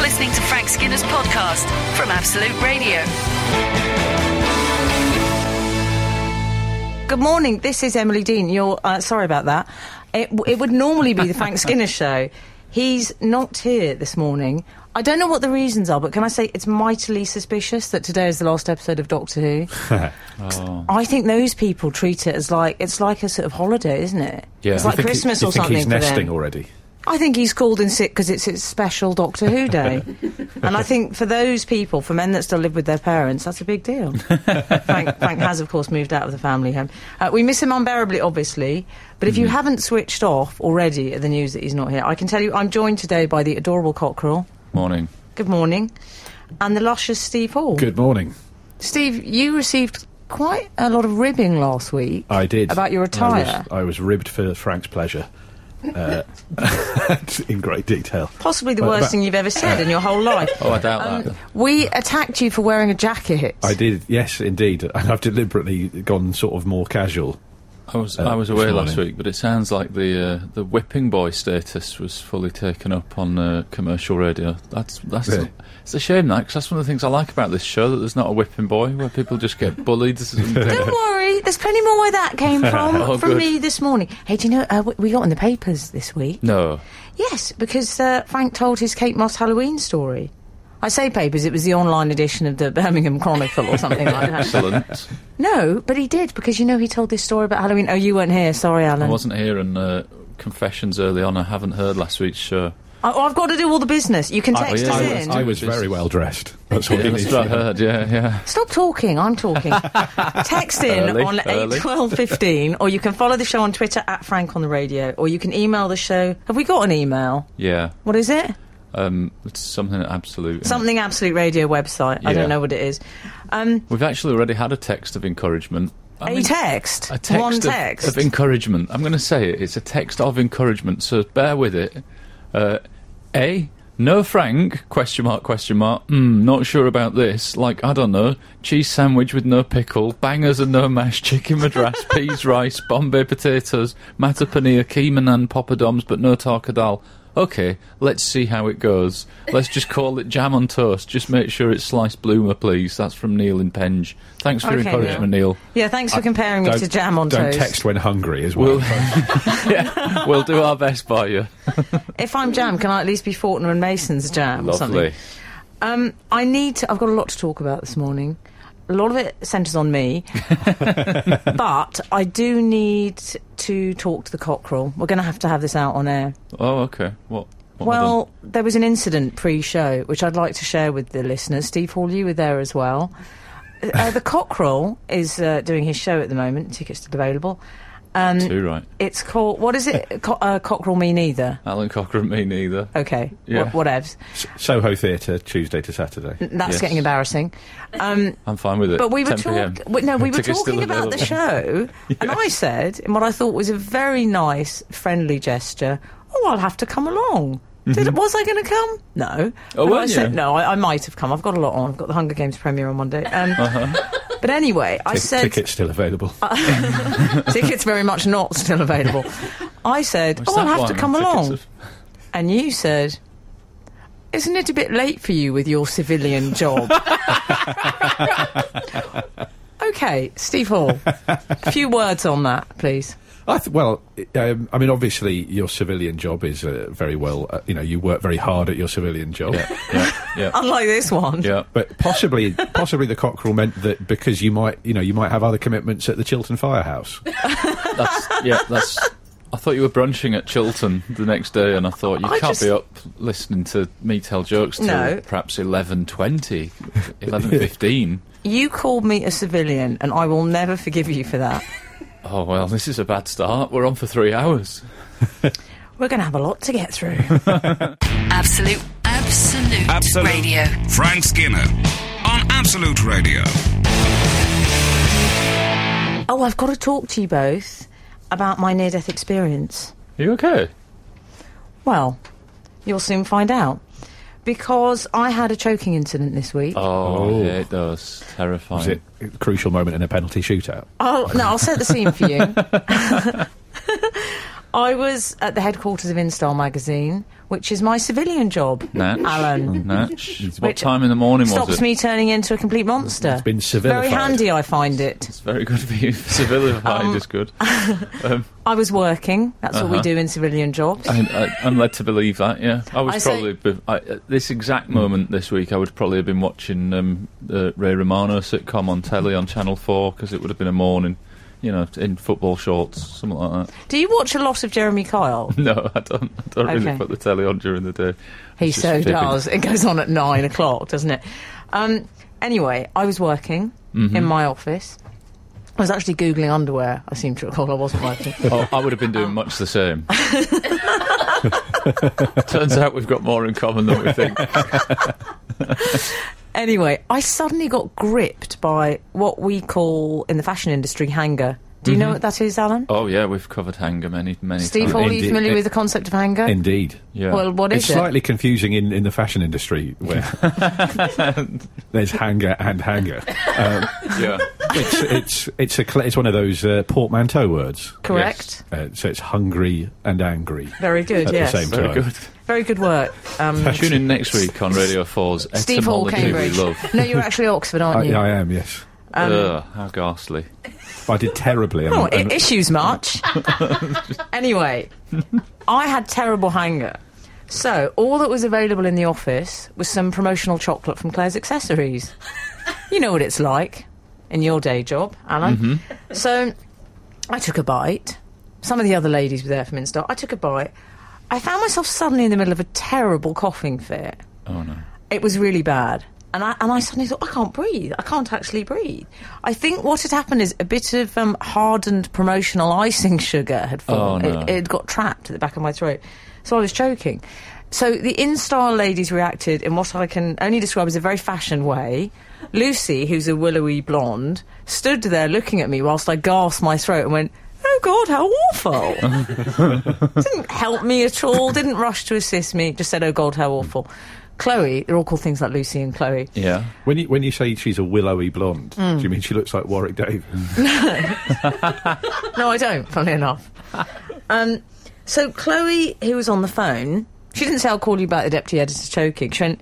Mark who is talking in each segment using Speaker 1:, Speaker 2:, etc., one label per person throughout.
Speaker 1: listening to Frank Skinner's podcast from Absolute Radio.
Speaker 2: Good morning. This is Emily Dean. You're uh, sorry about that. It, w- it would normally be the Frank Skinner show. He's not here this morning. I don't know what the reasons are, but can I say it's mightily suspicious that today is the last episode of Doctor Who?
Speaker 3: Oh.
Speaker 2: I think those people treat it as like it's like a sort of holiday, isn't it?
Speaker 4: Yeah.
Speaker 2: it's
Speaker 4: You
Speaker 2: like
Speaker 3: think he-
Speaker 2: Christmas
Speaker 3: you
Speaker 2: or
Speaker 3: think
Speaker 2: something
Speaker 3: He's
Speaker 2: for
Speaker 3: nesting
Speaker 2: them.
Speaker 3: already.
Speaker 2: I think he's called in sick because it's his special Doctor Who day. and I think for those people, for men that still live with their parents, that's a big deal. Frank, Frank has, of course, moved out of the family home. Uh, we miss him unbearably, obviously. But if you haven't switched off already at the news that he's not here, I can tell you I'm joined today by the adorable Cockerel.
Speaker 4: Morning.
Speaker 2: Good morning. And the luscious Steve Hall.
Speaker 3: Good morning.
Speaker 2: Steve, you received quite a lot of ribbing last week.
Speaker 3: I did.
Speaker 2: About your
Speaker 3: I was-
Speaker 2: attire.
Speaker 3: I was, ribbed for Frank's pleasure. Uh, in great detail.
Speaker 2: Possibly the
Speaker 3: Well,
Speaker 2: worst
Speaker 3: but-
Speaker 2: thing you've ever said in your whole life.
Speaker 4: Oh, I doubt that.
Speaker 2: Um, we attacked you for wearing a jacket.
Speaker 3: I did, yes, indeed. And I've deliberately gone sort of more casual.
Speaker 4: I was
Speaker 3: uh,
Speaker 4: I was
Speaker 3: this
Speaker 4: away last
Speaker 3: morning.
Speaker 4: week, but it sounds like the uh, the whipping boy status was fully taken up on uh, commercial radio. That's that's
Speaker 3: Really?
Speaker 4: it's a shame that 'cause that's one of the things I like about this show that there's not a whipping boy where people just get bullied.
Speaker 2: Don't worry, there's plenty more where that came from
Speaker 4: Oh,
Speaker 2: from
Speaker 4: good.
Speaker 2: me this morning. Hey, do you know uh, w- we got in the papers this week?
Speaker 4: no,
Speaker 2: Yes, because uh, Frank told his Kate Moss Halloween story. I say papers; it was the online edition of the Birmingham Chronicle or something like that.
Speaker 4: excellent.
Speaker 2: No, but he did because you know he told this story about Halloween. Oh, you weren't here, sorry,
Speaker 4: I
Speaker 2: Alan.
Speaker 4: wasn't here, and uh, confessions early on. I haven't heard last week's show.
Speaker 2: I, oh, I've got to do all the business. You can
Speaker 4: I-
Speaker 2: text
Speaker 4: yeah,
Speaker 2: us
Speaker 3: I
Speaker 2: in.
Speaker 3: was, I was very well dressed. That's all
Speaker 4: Yeah,
Speaker 3: you
Speaker 4: that's
Speaker 3: need
Speaker 4: what I
Speaker 3: to know.
Speaker 4: heard. Yeah, yeah.
Speaker 2: Stop talking, I'm talking. Text in
Speaker 4: Early,
Speaker 2: on
Speaker 4: early.
Speaker 2: 8 12 15, or you can follow the show on Twitter at Frank on the Radio, or you can email the show. Have we got an email?
Speaker 4: Yeah,
Speaker 2: What is it?
Speaker 4: um, it's something absolute.
Speaker 2: Something Absolute Radio website. I
Speaker 4: Yeah.
Speaker 2: don't know what it is. Um,
Speaker 4: We've actually already had a text of encouragement. I
Speaker 2: a
Speaker 4: mean-
Speaker 2: text?
Speaker 4: A text,
Speaker 2: One
Speaker 4: of,
Speaker 2: text.
Speaker 4: of encouragement. I'm going to say it. It's a text of encouragement. So bear with it. Uh, a no, Frank? Question mark? Question mark? Mm, not sure about this. Like I don't know. Cheese sandwich with no pickle, bangers and no mash, chicken madras, peas, rice, Bombay potatoes, matter paneer, keema naan, poppadoms, but no tarkadal. Okay, let's see how it goes. Let's just call it jam on toast. Just make sure it's sliced bloomer, please. That's from Neil in Penge. Thanks for your
Speaker 2: Okay,
Speaker 4: encouragement, Neil.
Speaker 2: yeah, thanks for comparing me
Speaker 3: Don't,
Speaker 2: to jam on
Speaker 3: don't
Speaker 2: toast.
Speaker 3: text when hungry as well.
Speaker 4: We'll, yeah, we'll do our best by you.
Speaker 2: If I'm jam, can I at least be Fortner and Mason's jam or something?
Speaker 4: Lovely.
Speaker 2: Um, I need to. I've got a lot to talk about this morning. A lot of it centres on me, but I do need to talk to the cockerel. We're going to have to have this out on air.
Speaker 4: Oh, okay. What? what
Speaker 2: Well, there was an incident pre-show which I'd like to share with the listeners. Steve Hall, you were there as well. Uh, the cockerel is uh, doing his show at the moment. Tickets still available. Um,
Speaker 4: happened? Too right.
Speaker 2: it's called. What is it? Co- uh, cockerel me neither.
Speaker 4: Alan Cocker and me neither.
Speaker 2: Okay.
Speaker 4: Yeah.
Speaker 2: Wha- whatevs.
Speaker 3: S- Soho Theatre, Tuesday to Saturday.
Speaker 2: That's
Speaker 4: Yes.
Speaker 2: getting embarrassing. Um,
Speaker 4: I'm fine with it.
Speaker 2: But we were
Speaker 4: 10 p.m.
Speaker 2: talking. No, we were
Speaker 4: Tickets still
Speaker 2: talking about the
Speaker 4: available.
Speaker 2: show, and I said, in what I thought was a very nice, friendly gesture, "Oh, I'll have to come along." Did, was I going to come? No.
Speaker 4: Mm-hmm. Oh,
Speaker 2: but I
Speaker 4: weren't
Speaker 2: said
Speaker 4: you?
Speaker 2: no. I, I might have come. I've got a lot on. I've got the Hunger Games premiere on Monday. Um,
Speaker 4: Uh-huh.
Speaker 2: But anyway, I
Speaker 3: Tic-
Speaker 2: said
Speaker 3: Tickets still available.
Speaker 2: tickets very much not still available. I said,
Speaker 4: Was
Speaker 2: "Oh, I'll
Speaker 4: that
Speaker 2: have
Speaker 4: why
Speaker 2: to
Speaker 4: my
Speaker 2: come
Speaker 4: tickets
Speaker 2: along,"
Speaker 4: have-
Speaker 2: and you said. Isn't it a bit late for you with your civilian job? okay, Steve Hall. A few words on that, please.
Speaker 3: I th- well, i- um, I mean, obviously, your civilian job is uh, very well. Uh, you know, you work very hard at your civilian job.
Speaker 4: Yeah, yeah, yeah.
Speaker 2: Unlike this one.
Speaker 4: yeah.
Speaker 3: But possibly, possibly the cockerel meant that because you might, you know, you might have other commitments at the Chiltern Firehouse.
Speaker 4: That's yeah. That's. I thought you were brunching at Chiltern the next day, and I thought you
Speaker 2: I
Speaker 4: can't
Speaker 2: just-
Speaker 4: be up listening to me tell jokes till
Speaker 2: No.
Speaker 4: perhaps 11.20, 11.15.
Speaker 2: You called me a civilian, and I will never forgive you for that.
Speaker 4: Oh, well, this is a bad start. We're on for three hours.
Speaker 2: We're going to have a lot to get through.
Speaker 1: Absolute, absolute,
Speaker 5: Absolute.
Speaker 1: radio.
Speaker 5: Frank Skinner on Absolute Radio.
Speaker 2: oh, I've got to talk to you both about my near death experience.
Speaker 4: Are you okay?
Speaker 2: Well, you'll soon find out. Because I had a choking incident this week.
Speaker 4: Oh,
Speaker 3: Oh.
Speaker 4: yeah, it does. Terrifying.
Speaker 3: Is it a crucial moment in a penalty shootout?
Speaker 2: I'll, no, I'll set the scene for you. I was at the headquarters of Instar magazine which is my civilian job,
Speaker 4: Natch.
Speaker 2: Alan.
Speaker 4: Natch. What
Speaker 2: Which
Speaker 4: time in the morning
Speaker 2: Stops
Speaker 4: was it?
Speaker 2: me turning into a complete monster. It's
Speaker 3: been
Speaker 2: Very
Speaker 3: civilified.
Speaker 2: handy, I find it.
Speaker 4: It's very good for you. Civilified
Speaker 2: Um,
Speaker 4: is good.
Speaker 2: I was working. That's what we
Speaker 4: Uh-huh.
Speaker 2: do in civilian jobs.
Speaker 4: I, I, I'm led to believe that. Yeah, I was
Speaker 2: I say-
Speaker 4: probably be- I, at this exact moment this week. I would probably have been watching um, the Ray Romano sitcom on telly on Channel Four because it would have been a morning, you know, in football shorts, something like that.
Speaker 2: Do you watch a lot of Jeremy Kyle?
Speaker 4: No, I don't. I don't
Speaker 2: Okay.
Speaker 4: really put the telly on during the day.
Speaker 2: He
Speaker 4: It's just
Speaker 2: so
Speaker 4: fibbing.
Speaker 2: does. It goes on at nine o'clock, doesn't it? Um, anyway, I was working in my office. I was actually googling underwear. I seem to recall I wasn't working.
Speaker 4: Oh, I would have been doing much the same. Turns out we've got more in common than we think.
Speaker 2: anyway, I suddenly got gripped by what we call in the fashion industry hanger. Do
Speaker 3: Mm-hmm.
Speaker 2: you know what that is, Alan?
Speaker 4: Oh yeah, we've covered hanger many, many
Speaker 2: Steve,
Speaker 4: times.
Speaker 2: Hall, are you
Speaker 3: Indeed.
Speaker 2: familiar
Speaker 3: It-
Speaker 2: with the concept of hanger?
Speaker 3: Indeed.
Speaker 4: Yeah.
Speaker 2: Well, what is
Speaker 3: it's
Speaker 2: it?
Speaker 3: slightly confusing in, in the fashion industry where there's hanger and hanger. Um,
Speaker 4: yeah.
Speaker 3: it's it's it's a cl- it's one of those uh, portmanteau words.
Speaker 2: Correct.
Speaker 3: Uh, so it's hungry and angry.
Speaker 2: Very good.
Speaker 3: At the
Speaker 2: yes.
Speaker 3: same time.
Speaker 4: Very good.
Speaker 2: Very good work. Um,
Speaker 4: Tune in next week on Radio 4's
Speaker 2: Steve Hall,
Speaker 4: Etymology We
Speaker 2: Cambridge. Um,
Speaker 4: Love.
Speaker 2: no, you're actually Oxford, aren't
Speaker 3: I,
Speaker 2: you?
Speaker 3: I am yes.
Speaker 4: Ugh, how ghastly.
Speaker 3: I did terribly.
Speaker 2: Oh,
Speaker 3: I'm-
Speaker 2: i-
Speaker 3: I'm-
Speaker 2: issues much. anyway, I had terrible hanger. So all that was available in the office was some promotional chocolate from Claire's Accessories. you know what it's like in your day job, Alan. So I took a bite. Some of the other ladies were there from Instar. I took a bite. I found myself suddenly in the middle of a terrible coughing fit
Speaker 4: Oh, no.
Speaker 2: it was really bad. And I, and I suddenly thought, I can't breathe. I can't actually breathe. I think what had happened is a bit of um, hardened promotional icing sugar had fallen.
Speaker 4: Oh, no.
Speaker 2: it, it got trapped at the back of my throat. So I was choking. So the Instar ladies reacted in what I can only describe as a very fashion way. Lucy, who's a willowy blonde, stood there looking at me whilst I gasped my throat and went, Oh God, how awful! didn't help me at all, didn't rush to assist me, just said, oh God, how awful. Chloe, they're all called things like Lucy and Chloe.
Speaker 4: Yeah.
Speaker 3: When you when you say she's a willowy blonde, do
Speaker 2: Hmm.
Speaker 3: you mean she looks like Warwick Davis?
Speaker 2: No, I don't, funnily enough. Um, so Chloe, who was on the phone, she didn't say, I'll call you back, the deputy editor choking. She went,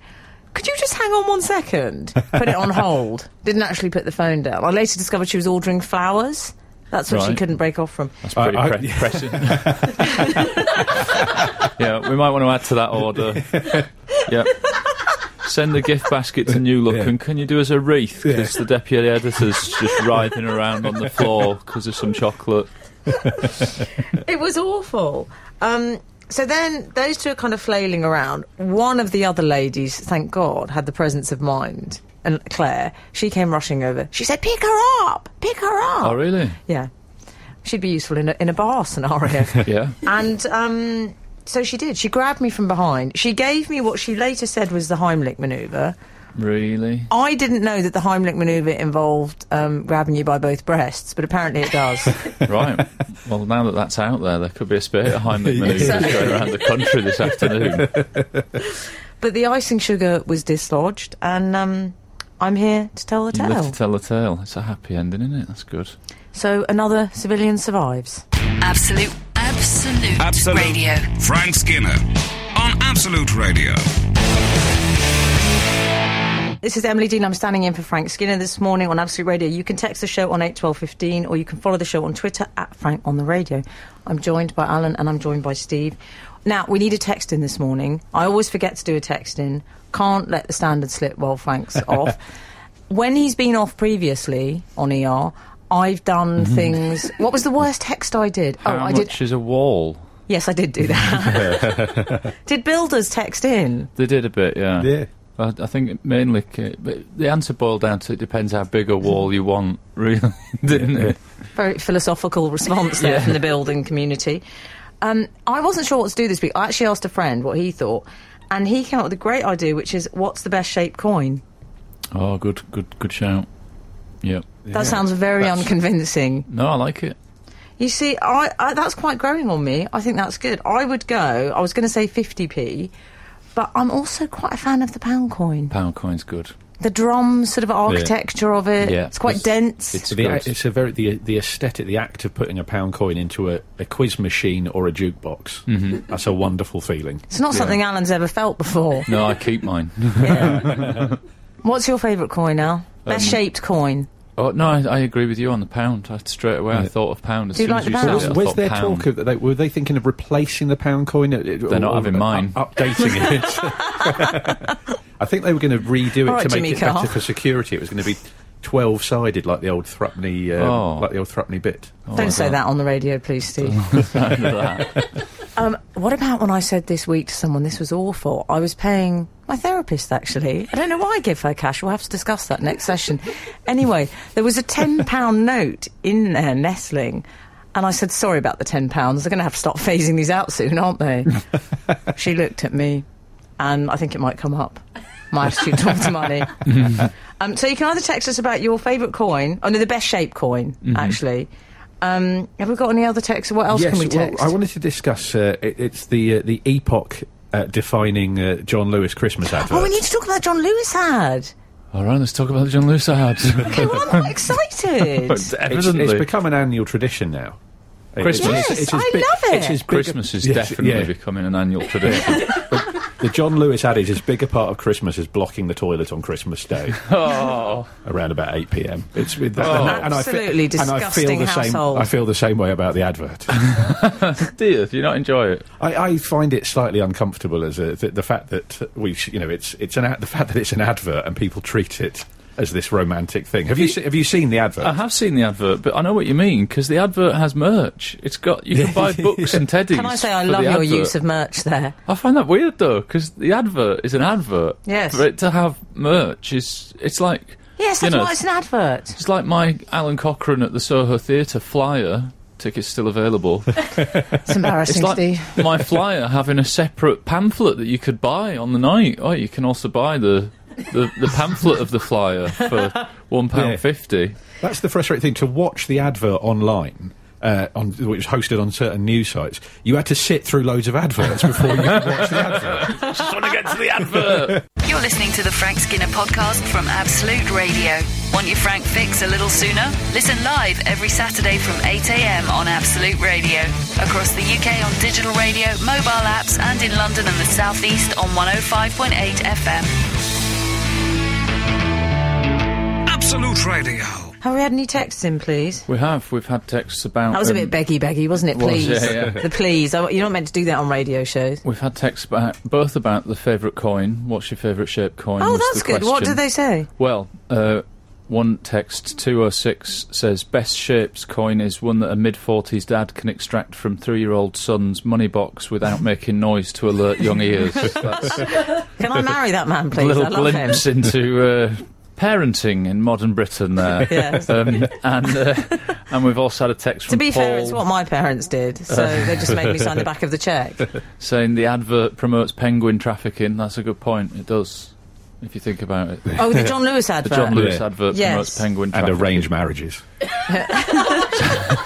Speaker 2: could you just hang on one second? Put it on hold. Didn't actually put the phone down. I later discovered she was ordering flowers. That's what she
Speaker 4: Right.
Speaker 2: couldn't break off from.
Speaker 4: That's pretty
Speaker 3: I- I-
Speaker 4: pre- pressing. yeah, we might want to add to that order. yeah. Send the gift basket to New Look
Speaker 3: Yeah.
Speaker 4: and can you do us a wreath? Because
Speaker 3: Yeah.
Speaker 4: the deputy editor's just writhing around on the floor because of some chocolate.
Speaker 2: It was awful. Um, so then those two are kind of flailing around. One of the other ladies, thank God, had the presence of mind. And Claire, she came rushing over. She said, Pick her up! Pick her up!
Speaker 4: Oh, really?
Speaker 2: Yeah. She'd be useful in a, in a bar scenario.
Speaker 4: Yeah.
Speaker 2: and um, so she did. She grabbed me from behind. She gave me what she later said was the Heimlich maneuver.
Speaker 4: Really?
Speaker 2: I didn't know that the Heimlich maneuver involved um, grabbing you by both breasts, but apparently it does.
Speaker 4: Right. Well, now that that's out there, there could be a spirit of Heimlich manoeuvres
Speaker 2: Exactly.
Speaker 4: going around the country this afternoon.
Speaker 2: But the icing sugar was dislodged, and um, I'm here to tell the
Speaker 4: You
Speaker 2: tale.
Speaker 4: live to tell the tale. It's a happy ending, isn't it? That's good.
Speaker 2: so another civilian survives.
Speaker 1: Absolute, absolute,
Speaker 5: Absolute.
Speaker 1: radio.
Speaker 5: Frank Skinner on Absolute Radio.
Speaker 2: This is Emily Dean. I'm standing in for Frank Skinner this morning on Absolute Radio. You can text the show on eight twelve fifteen, or you can follow the show on Twitter at Frank on the Radio. I'm joined by Alan and I'm joined by Steve. Now we need a text in this morning. I always forget to do a text in. Can't let the standard slip while Frank's off. When he's been off previously on ER, I've done things. What was the worst text I did?
Speaker 4: Mm-hmm. How
Speaker 2: oh, I did
Speaker 4: much is a wall?
Speaker 2: Yes, I did do that. did builders text in?
Speaker 4: They did a bit, yeah.
Speaker 3: Yeah.
Speaker 4: I, I think it mainly ca- but the answer boiled down to it depends how big a wall you want, really, didn't it?
Speaker 2: Very philosophical response there from the building community. Um, I wasn't sure what to do this week. I actually asked a friend what he thought, and he came up with a great idea, which is what's the best shaped coin?
Speaker 4: Oh, good, good, good shout. Yeah.
Speaker 2: That sounds very
Speaker 3: That's-
Speaker 2: unconvincing.
Speaker 4: No, I like it.
Speaker 2: You see, I, I that's quite growing on me. I think that's good. I would go. I was going to say 50p, but I'm also quite a fan of the pound coin.
Speaker 4: Pound coin's good.
Speaker 2: the drum sort of architecture of it.
Speaker 4: Yeah.
Speaker 2: It's quite
Speaker 4: It's-
Speaker 2: dense.
Speaker 4: it's-
Speaker 3: So the,
Speaker 4: Gross.
Speaker 3: it's a very the the aesthetic, the act of putting a pound coin into a, a quiz machine or a jukebox.
Speaker 2: Mm-hmm.
Speaker 3: That's a wonderful feeling.
Speaker 2: It's not something Alan's ever felt before.
Speaker 4: No, I keep mine.
Speaker 2: What's your favourite coin, Al? Best shaped coin.
Speaker 4: Oh no, I, I agree with you on the pound. I, straight away, I thought of pound as
Speaker 2: Do you
Speaker 4: soon
Speaker 2: like
Speaker 4: as
Speaker 2: the
Speaker 4: you
Speaker 2: pound?
Speaker 4: said it. I
Speaker 3: was
Speaker 4: thought
Speaker 3: there
Speaker 4: pound.
Speaker 3: talk of that? They, were they thinking of replacing the pound coin?
Speaker 4: They're not having mine.
Speaker 3: updating it. I think they were going to redo it
Speaker 2: All right,
Speaker 3: to make
Speaker 2: Jimmy
Speaker 3: it
Speaker 2: Carr.
Speaker 3: better for security. It was going to be twelve sided, like the old Thrupney, um,
Speaker 4: Oh.
Speaker 3: like the old Thrupney bit.
Speaker 2: Don't say that on the radio, please, Steve. um, what about when I said this week to someone, this was awful? I was paying my therapist, actually. I don't know why I give her cash. We'll have to discuss that next session. Anyway, there was a £10 note in there nestling. And I said, sorry about the £10. They're going to have to start phasing these out soon, aren't they? she looked at me, and I think it might come up. My attitude towards money. Um, so you can either text us about your favourite coin, oh no, the best shaped coin, actually. Um, have we got any other texts? What else can we text?
Speaker 3: Well, I wanted to discuss. Uh, it, it's the uh, the epoch uh, defining uh, John Lewis Christmas advert.
Speaker 2: oh, we need to talk about John Lewis ad.
Speaker 4: All right, let's talk about the John Lewis ad.
Speaker 2: Okay, well, I'm quite excited.
Speaker 4: But
Speaker 3: It's,
Speaker 4: evidently,
Speaker 3: it's become an annual tradition now. It-
Speaker 4: Christmas.
Speaker 3: it's-
Speaker 2: Yes,
Speaker 3: it's as
Speaker 2: I
Speaker 3: big-
Speaker 2: love it.
Speaker 3: It's as big a-
Speaker 4: Christmas is
Speaker 3: yes,
Speaker 4: definitely
Speaker 3: yeah.
Speaker 4: becoming an annual tradition.
Speaker 3: The John Lewis adage is bigger part of Christmas is blocking the toilet on Christmas Day
Speaker 4: oh,
Speaker 3: around about 8 p.m. It's with that.
Speaker 2: Absolutely disgusting
Speaker 3: the same,
Speaker 2: household.
Speaker 3: I feel the same way about the advert.
Speaker 4: dear, do you not enjoy it?
Speaker 3: I, I find it slightly uncomfortable as a, the, the fact that we, sh- you know, it's it's an ad, the fact that it's an advert and people treat it as this romantic thing. Have you se- have you seen the advert?
Speaker 4: I have seen the advert, but I know what you mean because the advert has merch. It's got you can buy books and teddies.
Speaker 2: Can I say I
Speaker 4: for the
Speaker 2: love your
Speaker 4: advert.
Speaker 2: use of merch there?
Speaker 4: I find that weird though because the advert is an advert.
Speaker 2: Yes.
Speaker 4: for it to have merch is it's like
Speaker 2: Yes,
Speaker 4: you
Speaker 2: that's
Speaker 4: know,
Speaker 2: why it's an advert.
Speaker 4: It's like my Alan Cochrane at the Soho Theatre flyer. Tickets still available.
Speaker 2: It's embarrassing,
Speaker 4: It's like
Speaker 2: Steve.
Speaker 4: my flyer having a separate pamphlet that you could buy on the night. Oh, you can also buy the the, the pamphlet of the flyer for one pound fifty.
Speaker 3: That's the frustrating thing to watch the advert online. Uh, on, which was hosted on certain news sites, you had to sit through loads of adverts before you could watch the advert.
Speaker 4: Just want to get to the advert.
Speaker 1: You're listening to the Frank Skinner podcast from Absolute Radio. Want your Frank fix a little sooner? Listen live every Saturday from 8 a.m. on Absolute Radio. Across the UK on digital radio, mobile apps, and in London and the South East on 105.8 FM.
Speaker 5: Absolute Radio.
Speaker 2: Have we had any texts in, please?
Speaker 4: we have we've had texts about.
Speaker 2: That was
Speaker 4: um,
Speaker 2: a bit beggy, beggy, wasn't it?
Speaker 4: was,
Speaker 2: Please,
Speaker 4: yeah, yeah.
Speaker 2: the please. I, you're not meant to do that on radio shows.
Speaker 4: We've had texts about both about the favourite coin. What's your favourite shaped coin?
Speaker 2: Oh,
Speaker 4: was the
Speaker 2: that's good. What
Speaker 4: question.
Speaker 2: did they say?
Speaker 4: Well, uh, one text 206 says best shapes coin is one that a mid 40s dad can extract from three year old son's money box without making noise to alert young ears. That's a
Speaker 2: Can I marry that man, please? I
Speaker 4: little
Speaker 2: love him.
Speaker 4: glimpse into. Uh, Parenting in modern Britain, there,
Speaker 2: Yes.
Speaker 4: um, and uh, and we've also had a text
Speaker 2: To
Speaker 4: from
Speaker 2: be
Speaker 4: Paul
Speaker 2: fair, it's what my parents did, so they just made me sign the back of the check.
Speaker 4: saying the advert promotes penguin trafficking. That's a good point. It does, if you think about it. The
Speaker 2: Oh, the John Lewis advert.
Speaker 4: John Lewis
Speaker 3: Yeah.
Speaker 4: advert
Speaker 2: Yes.
Speaker 4: promotes penguin
Speaker 3: and
Speaker 4: trafficking.
Speaker 3: arranged marriages.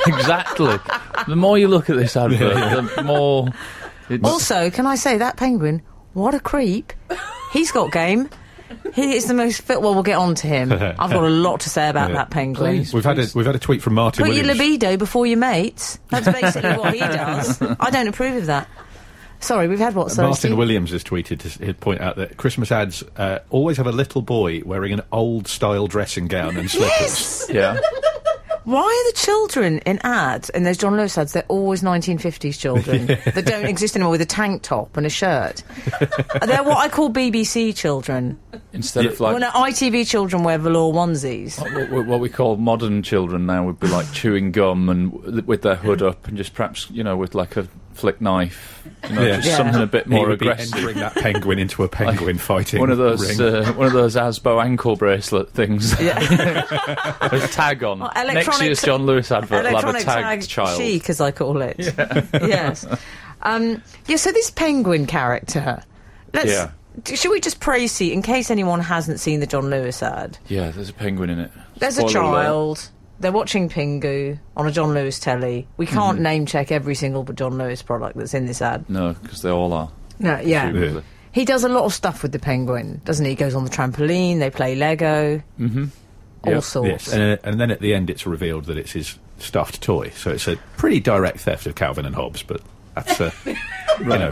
Speaker 4: exactly. The more you look at this advert, the more. It's,
Speaker 2: Also, can I say that penguin? What a creep! He's got game. He is the most fit. Well, we'll get on to him. I've got a lot to say about that penguin.
Speaker 4: Please.
Speaker 3: We've had a, we've had a tweet from Martin.
Speaker 2: Put your
Speaker 3: Williams.
Speaker 2: libido before your mates. That's basically what he does. I don't approve of that. Sorry, we've had what? Sorry,
Speaker 3: Martin
Speaker 2: Steve?
Speaker 3: Williams has tweeted to s- he'd point out that Christmas ads uh, always have a little boy wearing an old style dressing gown and slippers.
Speaker 2: Yes.
Speaker 4: yeah.
Speaker 2: Why are the children in ads in those John Lewis ads? They're always 1950s children that don't exist anymore with a tank top and a shirt. They're what I call BBC children.
Speaker 4: Instead of
Speaker 2: Well,
Speaker 4: like
Speaker 2: no, ITV children wear velour onesies.
Speaker 4: what, what- what we call modern children now would be like chewing gum and w- with their hood up and just perhaps you know with like a flick knife, you know,
Speaker 3: Yeah.
Speaker 4: just
Speaker 2: Yeah.
Speaker 4: something a bit
Speaker 3: He
Speaker 4: more
Speaker 3: would be
Speaker 4: aggressive.
Speaker 3: entering that penguin into a penguin fighting
Speaker 4: One of those,
Speaker 3: ring.
Speaker 4: uh, one of those Asbo ankle bracelet things.
Speaker 2: Yeah.
Speaker 4: There's a tag on.
Speaker 2: Well,
Speaker 4: Next
Speaker 2: electronic-
Speaker 4: year's John Lewis advert will have a
Speaker 2: Electronic
Speaker 4: tagged
Speaker 2: tag
Speaker 4: child.
Speaker 2: chic, as I call it. yes. Um, yeah. So this penguin character. Let's,
Speaker 4: Yeah.
Speaker 2: d- Should we just praise see in case anyone hasn't seen the John Lewis ad?
Speaker 4: Yeah, there's a penguin in it.
Speaker 2: There's a
Speaker 4: Spoiler alert.
Speaker 2: child. They're watching Pingu on a John Lewis telly.
Speaker 4: Hmm.
Speaker 2: We can't name check every single John Lewis product that's in this ad.
Speaker 4: No, because they all are.
Speaker 2: No, yeah.
Speaker 4: presumably.
Speaker 2: He does a lot of stuff with the penguin, doesn't he? He goes on the trampoline, they play Lego. Mm-hmm. All
Speaker 3: Yep.
Speaker 2: sorts.
Speaker 3: Yes. And, and then at the end, it's revealed that it's his stuffed toy. So it's a pretty direct theft of Calvin and Hobbes, but that's a, you know,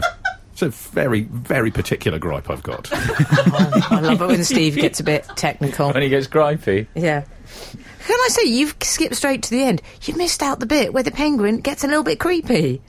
Speaker 3: it's a very, very particular gripe I've got.
Speaker 2: Oh, I love it when Steve gets a bit technical.
Speaker 4: When he gets gripey.
Speaker 2: Yeah. Can I say you've skipped straight to the end? You missed out the bit where the penguin gets a little bit creepy.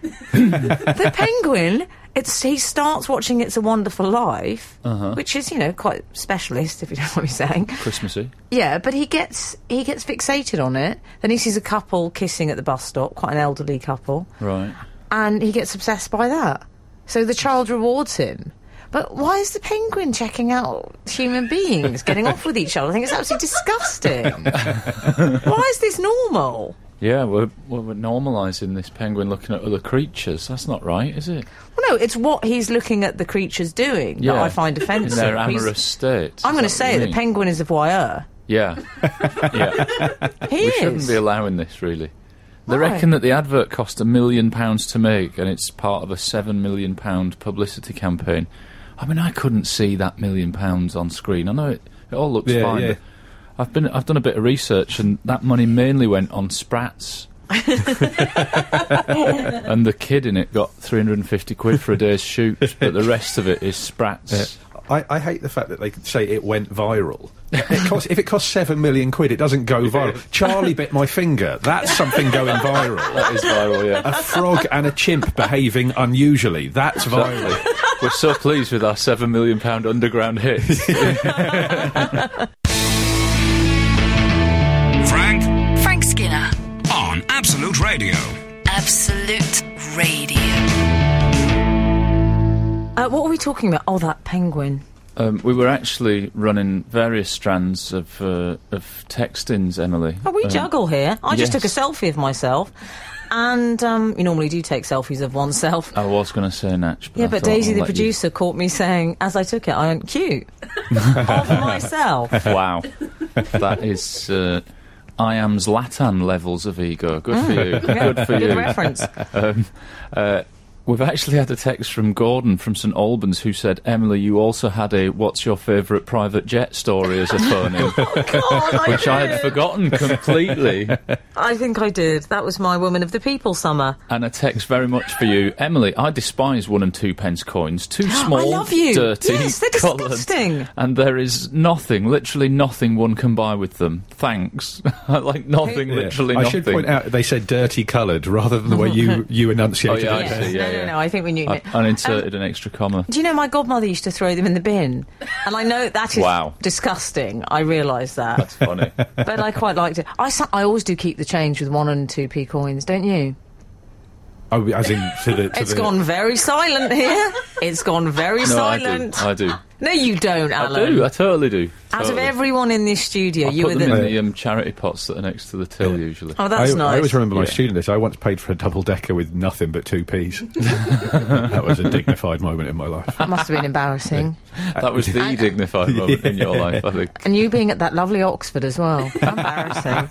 Speaker 2: the penguin, it's he starts watching "It's a Wonderful Life," which is you know quite specialist if you know what I'm saying.
Speaker 4: Christmassy.
Speaker 2: Yeah, but he gets he gets fixated on it. Then he sees a couple kissing at the bus stop, quite an elderly couple,
Speaker 4: Right.
Speaker 2: and he gets obsessed by that. So the child rewards him. But why is the penguin checking out human beings getting off with each other? I think it's absolutely disgusting. why is this normal?
Speaker 4: Yeah, we're, we're we're normalising this penguin looking at other creatures. That's not right, is it?
Speaker 2: Well, no, it's what he's looking at the creatures doing that
Speaker 4: Yeah.
Speaker 2: I find offensive.
Speaker 4: In their
Speaker 2: He's-
Speaker 4: amorous state.
Speaker 2: I'm going to
Speaker 4: Is that
Speaker 2: say
Speaker 4: what
Speaker 2: the
Speaker 4: you mean?
Speaker 2: penguin is E a voyeur.
Speaker 4: Yeah. yeah.
Speaker 2: He
Speaker 4: We
Speaker 2: is.
Speaker 4: shouldn't be allowing this, really.
Speaker 2: Why?
Speaker 4: They reckon that the advert cost a million pounds to make, and it's part of a seven million pound publicity campaign. I mean, I couldn't see that million pounds on screen. I know it, it all looks
Speaker 3: Yeah,
Speaker 4: fine.
Speaker 3: yeah.
Speaker 4: but I've been, I've done a bit of research, and that money mainly went on sprats. and the kid in it got 350 quid for a day's shoot, but the rest of it is sprats.
Speaker 3: I, I hate the fact that they could say it went viral. It cost, if it costs seven million quid, it doesn't go viral. Charlie bit my finger. That's something going viral.
Speaker 4: That is viral, yeah.
Speaker 3: A frog and a chimp behaving unusually. That's viral.
Speaker 4: Exactly. We're so pleased with our seven million pound underground hit.
Speaker 5: Frank
Speaker 1: Frank Skinner,
Speaker 5: on Absolute Radio.
Speaker 1: Absolute Radio.
Speaker 2: Uh, what were we talking about? Oh, that penguin.
Speaker 4: Um, we were actually running various strands of uh, of textings, Emily.
Speaker 2: Oh, we
Speaker 4: Um,
Speaker 2: juggle here. I just
Speaker 4: yes.
Speaker 2: took a selfie of myself, and um, you normally do take selfies of oneself.
Speaker 4: I was going to say Natch, but
Speaker 2: yeah,
Speaker 4: I
Speaker 2: but
Speaker 4: thought
Speaker 2: Daisy,
Speaker 4: I'll
Speaker 2: the
Speaker 4: let you-
Speaker 2: producer, caught me saying as I took it, "I am cute" of myself.
Speaker 4: Wow, that is uh, I am Zlatan levels of ego. Good for you.
Speaker 2: Mm. Yeah,
Speaker 4: Good for
Speaker 2: good
Speaker 4: you.
Speaker 2: reference.
Speaker 4: Um, uh, we've actually had a text from Gordon from St Albans who said, "Emily, you also had a what's your favourite private jet story as a phone-in,
Speaker 2: God, I
Speaker 4: which I had
Speaker 2: did.
Speaker 4: forgotten completely."
Speaker 2: I think I did. That was my Woman of the People summer.
Speaker 4: And a text very much for you, Emily. I despise one and two pence coins. Too small,
Speaker 2: love you.
Speaker 4: dirty,
Speaker 2: Yes, they're
Speaker 4: coloured,
Speaker 2: disgusting.
Speaker 4: and there is nothing, literally nothing, one can buy with them. Thanks. I like nothing, literally
Speaker 3: I
Speaker 4: nothing.
Speaker 3: should point out they said dirty coloured rather than the way you you enunciated
Speaker 4: Oh, yeah,
Speaker 3: it.
Speaker 4: I see,
Speaker 2: no,
Speaker 4: yeah,
Speaker 2: no,
Speaker 4: yeah.
Speaker 2: no. I think we knew
Speaker 4: I,
Speaker 2: it.
Speaker 4: I inserted
Speaker 2: Um,
Speaker 4: an extra comma.
Speaker 2: Do you know my godmother used to throw them in the bin? And I know that is
Speaker 4: Wow.
Speaker 2: disgusting. I realise that,
Speaker 4: That's funny.
Speaker 2: but I quite liked it. I, sa- I always do keep the change with one and two p coins, don't you?
Speaker 3: Oh, as in to the. To
Speaker 2: It's
Speaker 3: the,
Speaker 2: gone very silent here. It's gone very
Speaker 4: no, I do.
Speaker 2: silent.
Speaker 4: I do.
Speaker 2: No, you don't, Alan.
Speaker 4: I do. I totally do.
Speaker 2: Out
Speaker 4: totally.
Speaker 2: of everyone in this studio,
Speaker 4: I
Speaker 2: you were
Speaker 4: Oh. put them
Speaker 2: the.
Speaker 4: in the um, charity pots that are next to the till usually.
Speaker 2: Oh,
Speaker 3: I,
Speaker 2: that's
Speaker 3: I
Speaker 2: nice.
Speaker 3: always remember my
Speaker 4: Yeah.
Speaker 3: student list. I once paid for a double decker with nothing but two peas. that was a dignified moment in my life.
Speaker 2: That must have been embarrassing.
Speaker 4: That was the dignified moment in your life, I think.
Speaker 2: And you being at that lovely Oxford as well. embarrassing.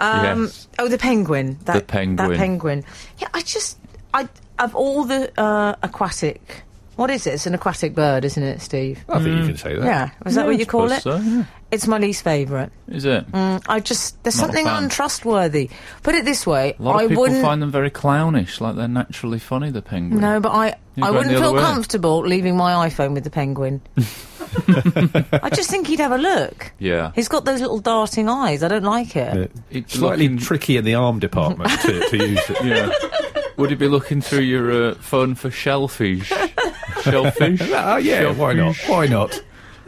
Speaker 2: Um,
Speaker 4: yes.
Speaker 2: Oh, the penguin. That,
Speaker 4: The penguin.
Speaker 2: That penguin. Yeah, I just, I of all the uh, aquatic, what is it? It's an aquatic bird, isn't it, Steve?
Speaker 3: I think you can say that.
Speaker 2: Yeah, is that
Speaker 4: Yeah,
Speaker 2: what
Speaker 4: I
Speaker 2: you call it?
Speaker 4: suppose so, yeah.
Speaker 2: It's my least favourite.
Speaker 4: Is it?
Speaker 2: Mm, I just there's
Speaker 4: Not a
Speaker 2: something
Speaker 4: fan.
Speaker 2: untrustworthy. Put it this way,
Speaker 4: A lot of
Speaker 2: I
Speaker 4: people
Speaker 2: wouldn't.
Speaker 4: find them very clownish, like they're naturally funny, the penguin.
Speaker 2: no, but I
Speaker 4: You're
Speaker 2: I
Speaker 4: going
Speaker 2: wouldn't
Speaker 4: the
Speaker 2: feel
Speaker 4: other way.
Speaker 2: comfortable leaving my iPhone with the penguin. I just think he'd have a look.
Speaker 4: Yeah.
Speaker 2: He's got those little darting eyes. I don't like it.
Speaker 3: Yeah.
Speaker 4: It's
Speaker 3: Slightly
Speaker 4: looking-
Speaker 3: tricky in the arm department to, to use it.
Speaker 4: Yeah. Would you be looking through your uh, phone for shellfish? shellfish?
Speaker 3: Ah, yeah, why not? Why not?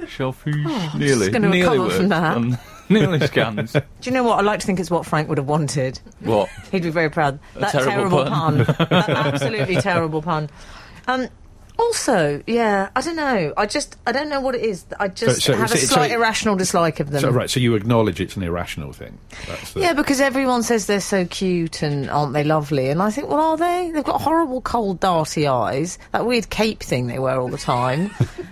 Speaker 4: Shellfish? nearly.
Speaker 2: Oh, just gonna
Speaker 4: nearly
Speaker 2: recover from
Speaker 4: worked.
Speaker 2: that.
Speaker 4: Um, nearly scans.
Speaker 2: Do you know what? I like to think it's what Frank would have wanted.
Speaker 4: What?
Speaker 2: He'd be very proud. that terrible,
Speaker 4: terrible
Speaker 2: pun. that absolutely terrible pun. Um, also, yeah, I don't know. I just, I don't know what it is. I just
Speaker 3: So- so-
Speaker 2: have a
Speaker 3: so- so-
Speaker 2: slight irrational dislike of them.
Speaker 3: So, right, so you acknowledge it's an irrational thing. That's the,
Speaker 2: Yeah, because everyone says they're so cute and aren't they lovely? And I think, well, are they? They've got horrible, cold, darty eyes. That weird cape thing they wear all the time,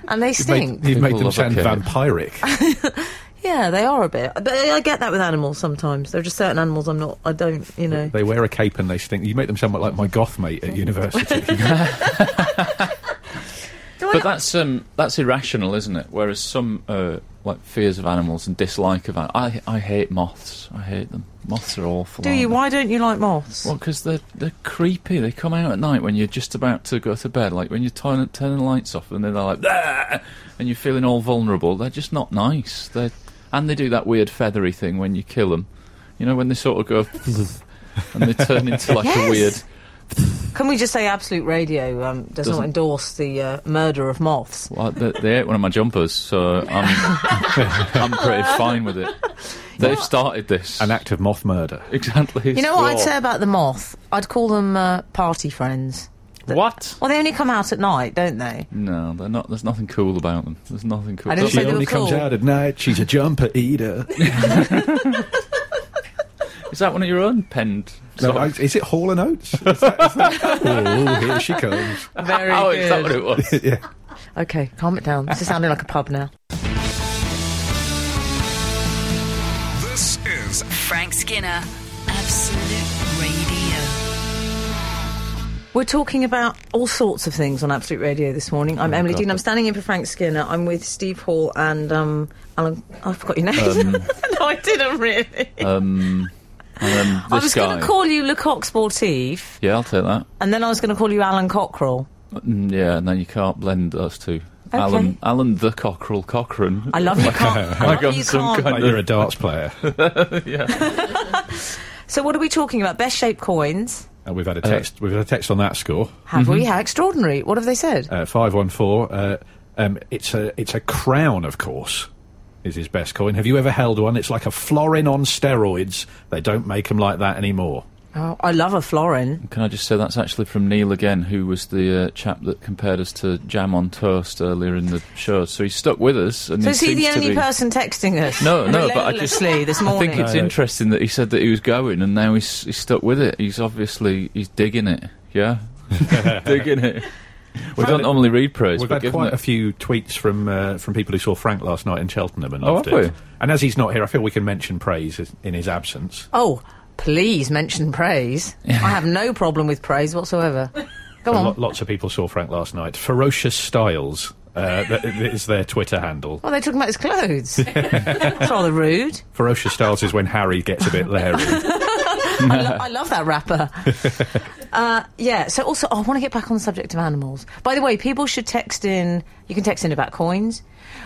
Speaker 2: and they
Speaker 3: You've made-
Speaker 2: stink.
Speaker 3: you've made
Speaker 4: People
Speaker 3: them sound
Speaker 4: love a kid.
Speaker 3: vampiric.
Speaker 2: Yeah, they are a bit. But I get that with animals sometimes. There are just certain animals I'm not. I don't. You know.
Speaker 3: they wear a cape and they stink. You make them sound like my goth mate at university.
Speaker 2: Do I
Speaker 4: but that's um, that's irrational, isn't it? Whereas some uh, like fears of animals and dislike of an- I I hate moths. I hate them. Moths are awful.
Speaker 2: Do you?
Speaker 4: aren't
Speaker 2: Why don't you like moths?
Speaker 4: they? Well, because they're they're creepy. They come out at night when you're just about to go to bed, like when you're turning turning the lights off, and then they're like, "Ah!" and you're feeling all vulnerable. They're just not nice. They and they do that weird feathery thing when you kill them. You know when they sort of go and they turn into like a
Speaker 2: Yes.
Speaker 4: weird.
Speaker 2: Can we just say Absolute Radio um, does
Speaker 4: Doesn't-
Speaker 2: not endorse the uh, murder of moths?
Speaker 4: Well, they, they ate one of my jumpers, so I'm I'm pretty fine with it. They've started this
Speaker 3: An act of moth murder.
Speaker 4: exactly.
Speaker 2: You know what I'd say about the moth? I'd call them uh, party friends.
Speaker 4: What?
Speaker 2: Well, they only come out at night, don't they?
Speaker 4: No, they're not. There's nothing cool about them. There's nothing cool.
Speaker 2: I didn't
Speaker 4: Don't-
Speaker 2: say
Speaker 3: She
Speaker 2: they were
Speaker 3: only comes
Speaker 2: cool.
Speaker 3: out at night. She's a jumper eater.
Speaker 4: Is that one of your own penned?
Speaker 3: No,
Speaker 4: sort
Speaker 3: I-
Speaker 4: of-
Speaker 3: is it Hall and Oates? Is that- is that- oh, here she comes.
Speaker 2: Very
Speaker 4: oh,
Speaker 2: good.
Speaker 4: is that what it was?
Speaker 2: Okay, calm it down. This is sounding like a pub now.
Speaker 5: This is
Speaker 1: Frank Skinner, Absolute Radio.
Speaker 2: We're talking about all sorts of things on Absolute Radio this morning. I'm Emily Dean. I'm standing in for Frank Skinner. I'm with Steve Hall and um, Alan. I forgot your name. no, I didn't really.
Speaker 4: um, and then
Speaker 2: I
Speaker 4: this
Speaker 2: was
Speaker 4: guy.
Speaker 2: going to call you Lecoq Sportif,
Speaker 4: yeah, I'll take that.
Speaker 2: and then I was going to call you Alan Cockrell.
Speaker 4: Mm, yeah, and then you can't blend those two.
Speaker 2: Okay.
Speaker 4: Alan, Alan the Cockerel Cochrane.
Speaker 2: I love you, Cock. I
Speaker 4: Like
Speaker 2: love
Speaker 4: I'm
Speaker 2: you,
Speaker 4: some
Speaker 2: Cock.
Speaker 4: kind-
Speaker 3: Like you're a darts player.
Speaker 2: So, what are we talking about? Best shaped coins.
Speaker 3: And Uh, we've had a text. we've had a text on that score.
Speaker 2: Have
Speaker 4: Mm-hmm.
Speaker 2: we? How extraordinary. What have they said?
Speaker 3: Uh, Five one four. Uh, um, it's a it's a crown, of course. Is his best coin. Have you ever held one? It's like a florin on steroids. They don't make them like that anymore.
Speaker 4: Uh,
Speaker 2: Oh, I love a florin.
Speaker 4: Can I just say that's actually from Neil again, who was the uh, chap that compared us to jam on toast earlier in the show. So he's stuck with us, and
Speaker 2: So,
Speaker 4: he
Speaker 2: is he
Speaker 4: seems
Speaker 2: the
Speaker 4: to
Speaker 2: only
Speaker 4: be.
Speaker 2: person texting us?
Speaker 4: No, no, but I just-
Speaker 2: relentlessly this
Speaker 4: I
Speaker 2: morning.
Speaker 4: think it's interesting that he said that he was going, and now he's, he's stuck with it. He's obviously he's digging it. Yeah, digging it. We don't normally read praise,
Speaker 3: We've had
Speaker 4: but given
Speaker 3: quite
Speaker 4: it,
Speaker 3: a few tweets from uh, from people who saw Frank last night in Cheltenham and
Speaker 4: Oh,
Speaker 3: loved
Speaker 4: have
Speaker 3: it.
Speaker 4: we?
Speaker 3: And as he's not here, I feel we can mention praise is- in his absence.
Speaker 2: Oh, please mention praise. I have no problem with praise whatsoever. Go
Speaker 3: Lo-
Speaker 2: on.
Speaker 3: lots of people saw Frank last night. Ferocious Styles uh, th- th- is their Twitter handle.
Speaker 2: Well, they're talking about his clothes. That's rather rude.
Speaker 3: Ferocious Styles is when Harry gets a bit leery.
Speaker 2: I, lo- I love that rapper. uh, yeah, so also, oh, I want to get back on the subject of animals. By the way, people should text in. You can text in about coins.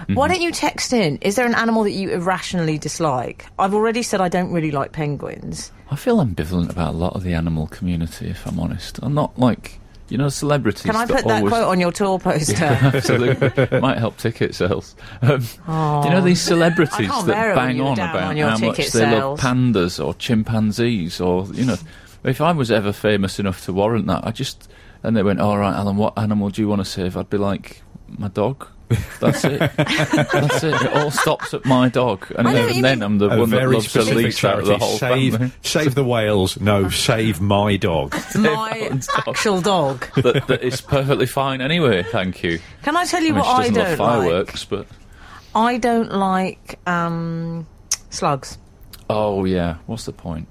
Speaker 2: Why
Speaker 4: Mm-hmm.
Speaker 2: don't you text in? Is there an animal that you irrationally dislike? I've already said I don't really like penguins.
Speaker 4: I feel ambivalent about a lot of the animal community. If I'm honest, I'm not like you know celebrities.
Speaker 2: Can I
Speaker 4: that
Speaker 2: put that
Speaker 4: always
Speaker 2: quote on your tour poster?
Speaker 4: Absolutely. Might help ticket sales. Um, do you know these
Speaker 2: I
Speaker 4: celebrities
Speaker 2: can't bear
Speaker 4: that
Speaker 2: it when
Speaker 4: bang
Speaker 2: you're
Speaker 4: on
Speaker 2: down
Speaker 4: about
Speaker 2: on your
Speaker 4: how much
Speaker 2: ticket
Speaker 4: they
Speaker 2: sales.
Speaker 4: love pandas or chimpanzees or, you know, if I was ever famous enough to warrant that, I just. And they went, all right, Alan, what animal do you want to save? I'd be like, my dog. That's it. That's it. It all stops at my dog. And
Speaker 2: I know what
Speaker 4: even
Speaker 2: you
Speaker 4: then,
Speaker 2: mean.
Speaker 4: I'm the
Speaker 3: a
Speaker 4: one that
Speaker 3: very
Speaker 4: loves the
Speaker 3: specific
Speaker 4: least out of
Speaker 3: charity.
Speaker 4: the whole family.
Speaker 3: save, save the whales. No, save my dog.
Speaker 2: My actual dog.
Speaker 4: that, that is perfectly fine anyway, thank you.
Speaker 2: Can I tell you
Speaker 4: I mean,
Speaker 2: what
Speaker 4: she
Speaker 2: I
Speaker 4: doesn't
Speaker 2: don't
Speaker 4: love
Speaker 2: like?
Speaker 4: fireworks, but.
Speaker 2: I don't like um, slugs.
Speaker 4: Oh, yeah. What's the point?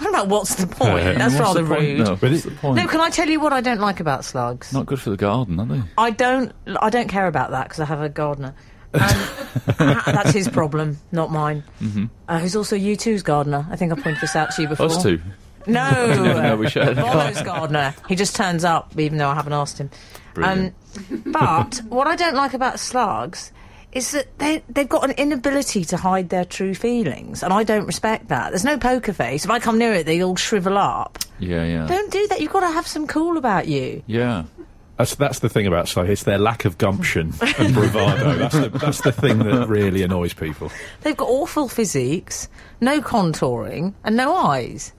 Speaker 2: I don't know what's the point.
Speaker 3: Yeah.
Speaker 2: That's
Speaker 4: What's
Speaker 2: rather
Speaker 4: the point?
Speaker 2: rude.
Speaker 4: No, what's the point?
Speaker 2: No, can I tell you what I don't like about slugs?
Speaker 4: Not good for the garden, are they?
Speaker 2: I don't. I don't care about that because I have a gardener. Um, ha- that's his problem, not mine. Mm-hmm. Uh, who's also you two's gardener? I think I pointed this out to you before.
Speaker 4: Us two.
Speaker 2: No,
Speaker 4: no, we shared a
Speaker 2: Rollo's gardener. He just turns up, even though I haven't asked him. Um,
Speaker 4: Brilliant.
Speaker 2: but what I don't like about slugs is that they they've got an inability to hide their true feelings, and I don't respect that. There's no poker face. If I come near it, they all shrivel up.
Speaker 4: Yeah, yeah.
Speaker 2: Don't do that. You've got to have some cool about you.
Speaker 4: yeah.
Speaker 3: That's that's the thing about Slough. It's their lack of gumption and bravado. That's the, that's the thing that really annoys people.
Speaker 2: They've got awful physiques, no contouring, and no eyes.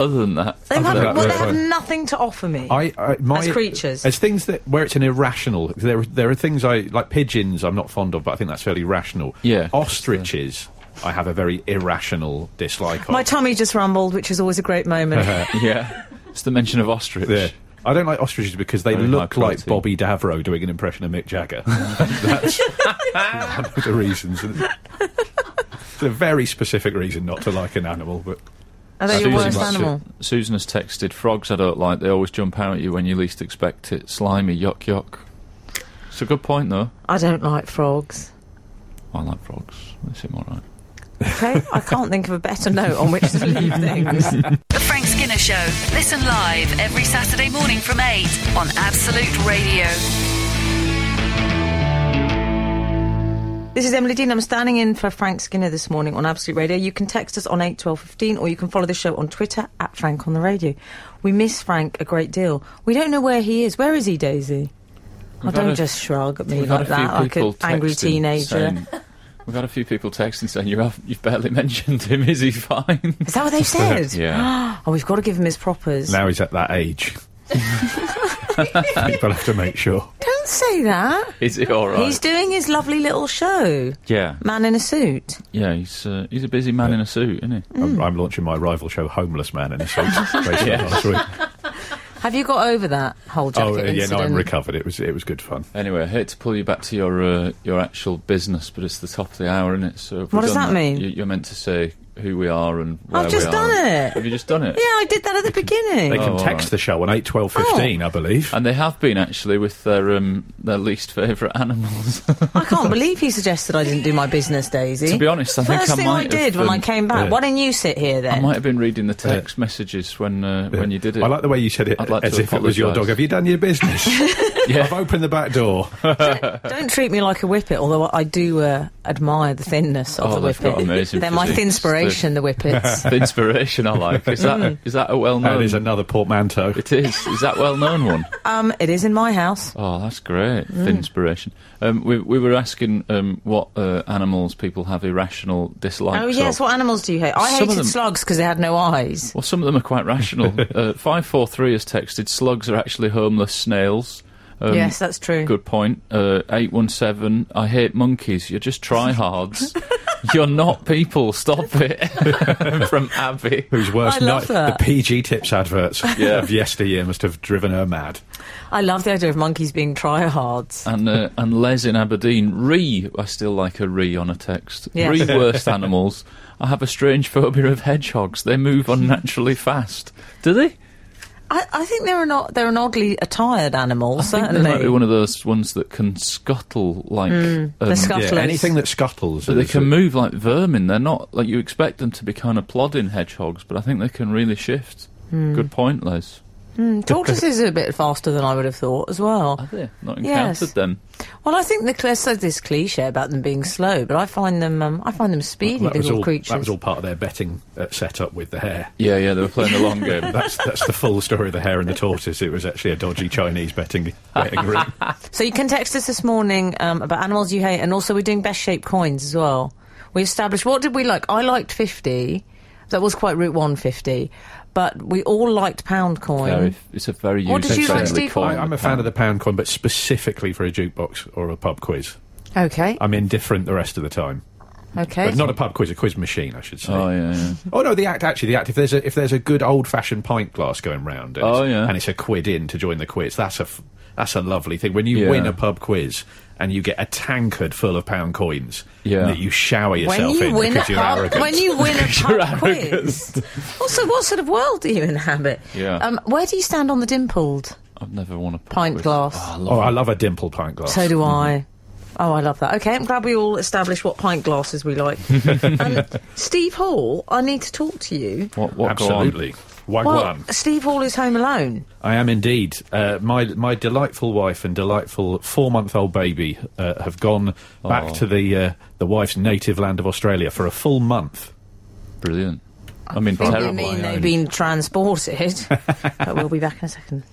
Speaker 4: Other than that,
Speaker 2: They've had,
Speaker 3: that
Speaker 2: well, they
Speaker 3: very
Speaker 2: have
Speaker 3: funny.
Speaker 2: nothing to offer me.
Speaker 3: I, I my,
Speaker 2: As creatures.
Speaker 3: as things that where it's an irrational. There, are- there are things I like pigeons. I'm not fond of, but I think that's fairly rational.
Speaker 4: Yeah.
Speaker 3: ostriches. I have a very irrational dislike.
Speaker 2: My
Speaker 3: of. Uh,
Speaker 2: tummy just rumbled, which is always a great moment.
Speaker 4: yeah. It's the mention of ostrich.
Speaker 3: Yeah. I don't like ostriches because they
Speaker 4: Very
Speaker 3: look
Speaker 4: high
Speaker 3: like Bobby
Speaker 4: quality.
Speaker 3: Davro doing an impression of Mick Jagger. that's one of the reasons. It's a very specific reason not to like an animal, but
Speaker 2: Are they your
Speaker 4: Susan-
Speaker 2: worst
Speaker 4: Su-
Speaker 2: animal?
Speaker 4: Susan has texted frogs. I don't like. They always jump out at you when you least expect it. Slimy, yuck, yuck. It's a good point though.
Speaker 2: I don't like frogs.
Speaker 4: I like frogs. They seem alright.
Speaker 2: Okay, I can't think of a better note on which to leave things.
Speaker 1: The Frank Skinner Show. Listen live every Saturday morning from 8 on Absolute Radio.
Speaker 2: This is Emily Dean. I'm standing in for Frank Skinner this morning on Absolute Radio. You can text us on 8 12 15 or you can follow the show on Twitter at Frank on the Radio. We miss Frank a great deal. We don't know where he is. Where is he, Daisy? Oh,
Speaker 4: We've had
Speaker 2: don't
Speaker 4: a-
Speaker 2: just shrug at me
Speaker 4: We've had
Speaker 2: like
Speaker 4: a few
Speaker 2: that, like
Speaker 4: people
Speaker 2: an angry
Speaker 4: texting
Speaker 2: teenager.
Speaker 4: saying- we've had a few people texting saying you have, you've barely mentioned him. Is he fine?
Speaker 2: Is that what they've said?
Speaker 4: Yeah.
Speaker 2: Oh, we've got to give him his propers.
Speaker 3: Now he's at that age. People have to make sure.
Speaker 2: Don't say that.
Speaker 4: Is he all right?
Speaker 2: He's doing his lovely little show,
Speaker 4: yeah,
Speaker 2: Man in a Suit.
Speaker 4: yeah. He's uh, he's a busy man in a suit, isn't he?
Speaker 3: I'm, I'm launching my rival show, Homeless Man, in a suit. based on last week.
Speaker 2: Have you got over that whole jacket
Speaker 3: Oh, uh, yeah,
Speaker 2: incident?
Speaker 3: no, I'm recovered. It was it was good fun.
Speaker 4: Anyway, I hate to pull you back to your uh, your actual business, but it's the top of the hour, isn't it? So if we've
Speaker 2: What does that
Speaker 4: done
Speaker 2: mean?
Speaker 4: You, you're meant to say who we are and where
Speaker 2: just
Speaker 4: we are.
Speaker 2: done it.
Speaker 4: Have you just done it?
Speaker 2: Yeah, I did that at the
Speaker 3: They
Speaker 2: beginning.
Speaker 3: can
Speaker 4: Oh, all
Speaker 3: text
Speaker 4: right. Oh,
Speaker 3: the show on eight twelve fifteen, I believe.
Speaker 4: And they have been actually with their um, their least favourite animals.
Speaker 2: I can't believe he suggested I didn't do my business, Daisy.
Speaker 4: To be honest, I
Speaker 2: First
Speaker 4: think I
Speaker 2: thing
Speaker 4: might
Speaker 2: I
Speaker 4: have
Speaker 2: did when
Speaker 4: done-
Speaker 2: I came back.
Speaker 3: Yeah.
Speaker 2: Why didn't you sit here
Speaker 4: I
Speaker 2: then?
Speaker 4: might have been reading the text messages when uh, when you did it.
Speaker 3: I like the way you said it
Speaker 4: I'd like
Speaker 3: as
Speaker 4: to
Speaker 3: if it was your
Speaker 4: apologise.
Speaker 3: dog. Have you done your business?
Speaker 4: Yeah.
Speaker 3: I've opened the back door.
Speaker 2: Don't treat me like a whippet, although I do uh, admire the thinness of
Speaker 4: Oh,
Speaker 2: the
Speaker 4: they've
Speaker 2: whippet.
Speaker 4: got amazing
Speaker 2: They're my
Speaker 4: physiques.
Speaker 2: thin inspiration, the whippets.
Speaker 4: the inspiration I like.
Speaker 2: Mm.
Speaker 4: Is that is that a well known?
Speaker 3: and there's another portmanteau.
Speaker 4: It is. Is that well known one?
Speaker 2: um, it is in my house.
Speaker 4: Oh, that's great.
Speaker 2: Mm.
Speaker 4: Inspiration. Um, we we were asking um, what uh, animals people have irrational dislikes.
Speaker 2: Oh yes,
Speaker 4: of.
Speaker 2: what animals do you hate? I
Speaker 4: Some of
Speaker 2: hated
Speaker 4: them-
Speaker 2: slugs because they had no eyes.
Speaker 4: Well, some of them are quite rational. uh, Five four three has texted: slugs are actually homeless snails. Um,
Speaker 2: yes, that's true.
Speaker 4: Good point. Uh, Eight one seven. I hate monkeys. You're just tryhards. You're not people. Stop it. From Abby.
Speaker 3: Whose worst
Speaker 2: I love
Speaker 3: night?
Speaker 2: that.
Speaker 3: The PG Tips adverts
Speaker 4: Yeah.
Speaker 3: of yesteryear must have driven her mad.
Speaker 2: I love the idea of monkeys being tryhards.
Speaker 4: And uh, and Les in Aberdeen. Re. I still like a re on a text.
Speaker 2: Yes.
Speaker 4: Re worst animals. I have a strange phobia of hedgehogs. They move unnaturally fast. Do they?
Speaker 2: I, I think they're an o- they're an oddly attired animal.
Speaker 4: I think
Speaker 2: certainly, Mm.
Speaker 4: they might be one of those ones that can scuttle like um,
Speaker 2: the scuttlers.
Speaker 3: Yeah, anything that scuttles.
Speaker 4: But they
Speaker 3: is-
Speaker 4: can move like vermin. They're not like you expect them to be kind of plodding hedgehogs, but I think they can really shift.
Speaker 2: Mm.
Speaker 4: Good point, Les.
Speaker 2: Tortoises are a bit faster than I would have thought as well.
Speaker 4: Have they not encountered
Speaker 2: Yes.
Speaker 4: them?
Speaker 2: Well, I think the there's so this cliche about them being slow, but I find them um, I find them speedy
Speaker 3: that was
Speaker 2: little
Speaker 3: all,
Speaker 2: creatures.
Speaker 3: That was all part of their betting uh, setup with the hare.
Speaker 4: Yeah, yeah, they were playing the long game.
Speaker 3: That's that's the full story of the hare and the tortoise. It was actually a dodgy Chinese betting betting ring.
Speaker 2: So you can text us this morning um, about animals you hate, and also we're doing best shaped coins as well. We established what did we like. I liked fifty. That was quite Route One Fifty, but we all liked pound coin.
Speaker 4: Very- it's a very
Speaker 2: What did
Speaker 4: user
Speaker 2: you like,
Speaker 4: friendly
Speaker 2: Steve?
Speaker 4: coin.
Speaker 3: I, I'm a fan of the pound coin, but specifically for a jukebox or a pub quiz.
Speaker 2: Okay,
Speaker 3: I'm indifferent the rest of the time.
Speaker 2: okay.
Speaker 3: Um, But not a pub quiz, a quiz machine, I should say.
Speaker 4: Oh yeah, yeah.
Speaker 3: Oh no, the act actually, the act. If there's a if there's a good old fashioned pint glass going round, and,
Speaker 4: Oh,
Speaker 3: it's,
Speaker 4: yeah.
Speaker 3: and it's a quid in to join the quiz. That's a f- that's a lovely thing. When you
Speaker 4: Yeah.
Speaker 3: win a pub quiz and you get a tankard full of pound coins
Speaker 4: Yeah.
Speaker 3: that you shower
Speaker 2: when
Speaker 3: yourself
Speaker 2: you,
Speaker 3: in
Speaker 2: win a
Speaker 3: because you're
Speaker 2: pub,
Speaker 3: arrogant.
Speaker 2: when you win a pub quiz. Also, what sort of world do you inhabit?
Speaker 4: Yeah.
Speaker 2: Um, where do you stand on the dimpled?
Speaker 4: I've never won a pub
Speaker 2: Pint
Speaker 4: quiz.
Speaker 2: glass.
Speaker 4: Oh, I
Speaker 3: oh,
Speaker 4: love
Speaker 3: I love a dimple pint glass.
Speaker 2: So do I. Oh, I love that. Okay, I'm glad we all established what pint glasses we like. um, Steve Hall, I need to talk to you.
Speaker 4: what, what go on?
Speaker 3: Absolutely.
Speaker 2: Well,
Speaker 3: Wagwan.
Speaker 2: Steve Hall is home alone.
Speaker 3: I am indeed. Uh, my my delightful wife and delightful four month old baby uh, have gone back to the uh, the wife's native land of Australia for a full month.
Speaker 4: Brilliant. I mean,
Speaker 2: I
Speaker 4: terrible.
Speaker 2: think you mean
Speaker 3: I
Speaker 2: they've
Speaker 3: own.
Speaker 2: been transported. but we'll be back in a second.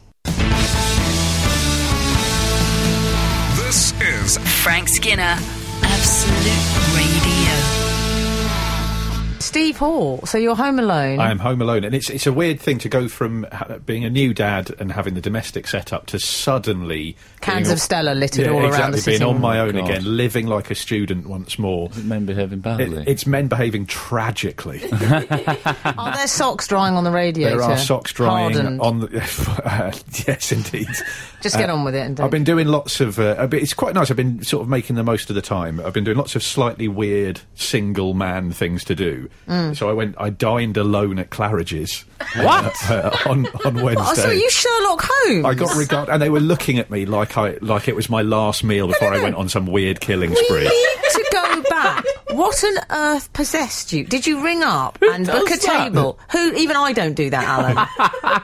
Speaker 5: This is
Speaker 1: Frank Skinner. Absolute Radio.
Speaker 2: Steve Hall, so you're home alone.
Speaker 3: I am home alone, and it's it's a weird thing to go from ha- being a new dad and having the domestic setup to suddenly
Speaker 2: Cans
Speaker 3: being-
Speaker 2: of Stella littered
Speaker 3: Yeah,
Speaker 2: all
Speaker 3: exactly,
Speaker 2: around the
Speaker 3: being
Speaker 2: sitting
Speaker 3: on my
Speaker 2: room.
Speaker 3: own
Speaker 4: God.
Speaker 3: again, living like a student once more.
Speaker 4: Men behaving
Speaker 3: It-
Speaker 4: badly.
Speaker 3: it's men behaving tragically.
Speaker 2: Are there socks drying on the radiator?
Speaker 3: there are socks drying
Speaker 2: Hardened.
Speaker 3: on the. uh, yes, indeed.
Speaker 2: Just get on with it and don't.
Speaker 3: I've been doing lots of. Uh, a bit- it's quite nice. I've been sort of making the most of the time. I've been doing lots of slightly weird single man things to do,
Speaker 2: Mm.
Speaker 3: so I went. I dined alone at Claridge's. What on on Wednesday?
Speaker 2: I saw Oh, you Sherlock Holmes.
Speaker 3: I got regard, and they were looking at me like I like it was my last meal before I went on some weird killing
Speaker 2: we
Speaker 3: spree.
Speaker 2: need to go back. What on earth possessed you? Did you ring up and
Speaker 4: does
Speaker 2: book a
Speaker 4: that?
Speaker 2: table? Who? Even I don't do that, Alan.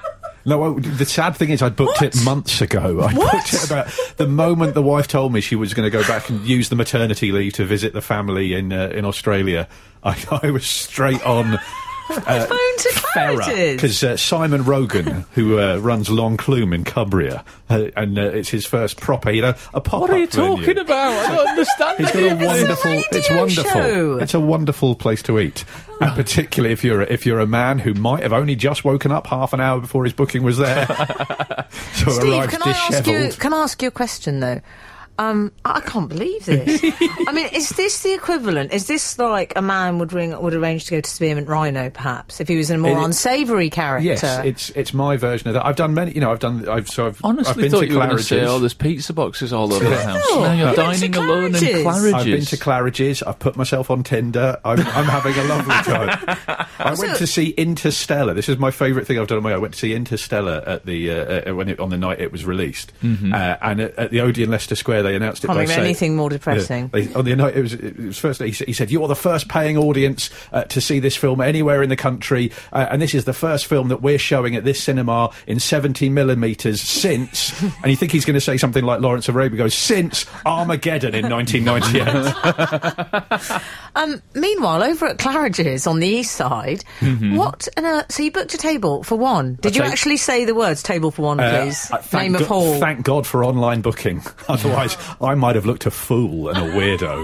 Speaker 3: No, I, the sad thing is, I booked it months ago. I
Speaker 2: What?
Speaker 3: booked it about the moment the wife told me she was going to go back and use the maternity leave to visit the family in uh, in Australia. I, I was straight on. Uh,
Speaker 2: Phone to Claridge's.
Speaker 3: because uh, Simon Rogan, who uh, runs Long Clume in Cumbria, uh, and uh, it's his first proper, you know, a pop.
Speaker 4: What are you talking about? I don't understand.
Speaker 3: He's got
Speaker 4: any
Speaker 3: a
Speaker 4: of this.
Speaker 3: wonderful.
Speaker 2: radio
Speaker 3: It's wonderful.
Speaker 2: show. Oh.
Speaker 3: It's a wonderful place to eat, and particularly if you're a, if you're a man who might have only just woken up half an hour before his booking was there, so
Speaker 2: Steve,
Speaker 3: arrives
Speaker 2: can I ask you?
Speaker 3: dishevelled.
Speaker 2: Can I ask you a question though? Um, I can't believe this. I mean, is this the equivalent? Is this like a man would ring would arrange to go to Spearmint Rhino, perhaps, if he was a more
Speaker 3: It-
Speaker 2: unsavoury character?
Speaker 3: Yes, it's it's my version of that. I've done many. You know, I've done. I've so I've I've
Speaker 4: Honestly,
Speaker 3: been
Speaker 4: thought
Speaker 3: to
Speaker 4: you were going to say,
Speaker 3: Claridge's.
Speaker 4: "Oh, there's pizza boxes all over the house."
Speaker 2: No,
Speaker 4: now you're
Speaker 2: I've been to
Speaker 4: dining alone in
Speaker 2: Claridge's.
Speaker 4: Claridge's.
Speaker 3: I've been to Claridge's. I've put myself on Tinder. I'm, I'm having a lovely time. I went to see Interstellar. This is my favourite thing I've done on my own. I went to see Interstellar at the uh, uh, when it, on the night it was released, uh, and at, at the Odeon Leicester Square they announced it.
Speaker 2: Can't
Speaker 3: by
Speaker 2: think of
Speaker 3: saying-
Speaker 2: anything more depressing.
Speaker 3: Yeah, they- on the night it was, it was first. He, sa- he said, "You're the first paying audience uh, to see this film anywhere in the country, uh, and this is the first film that we're showing at this cinema in 70 millimeters since." and you think he's going to say something like Lawrence of Arabia goes, "Since Armageddon in 1998."
Speaker 2: Um, meanwhile, over at Claridge's on the east side,
Speaker 3: Mm-hmm.
Speaker 2: what? On earth, so you booked a table for one. Did you
Speaker 3: take-
Speaker 2: actually say the words "table for one,
Speaker 3: Uh,
Speaker 2: please"?
Speaker 3: uh, thank
Speaker 2: Name of
Speaker 3: God-
Speaker 2: hall.
Speaker 3: Thank God for online booking. Otherwise, I might have looked a fool and a weirdo.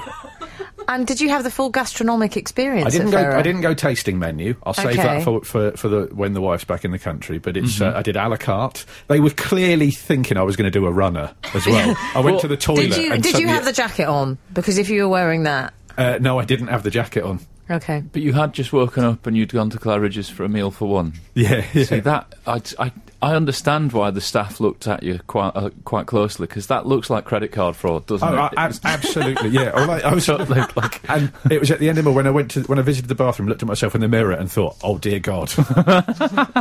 Speaker 2: and did you have the full gastronomic experience?
Speaker 3: I didn't
Speaker 2: at
Speaker 3: go.
Speaker 2: Farrer?
Speaker 3: I didn't go tasting menu. I'll save
Speaker 2: Okay. Mm-hmm.
Speaker 3: that for, for for the when the wife's back in the country. But it's uh, I did a la carte. They were clearly thinking I was going to do a runner as well. I went to the toilet.
Speaker 2: Did you?
Speaker 3: and
Speaker 2: Did you
Speaker 3: suddenly-
Speaker 2: have the jacket on? Because if you were wearing that,
Speaker 3: Uh, no, I didn't have the jacket on.
Speaker 2: okay.
Speaker 4: But you had just woken up and you'd gone to Claridge's for a meal for one.
Speaker 3: Yeah, yeah.
Speaker 4: See that I, I, I understand why the staff looked at you quite uh, quite closely because that looks like credit card fraud, doesn't
Speaker 3: Oh,
Speaker 4: it?
Speaker 3: I, ab-
Speaker 4: It's-
Speaker 3: absolutely, yeah. Well, I, I was
Speaker 4: Totally, like-
Speaker 3: and it was at the end of my when I went to when I visited the bathroom, looked at myself in the mirror, and thought, "Oh dear God."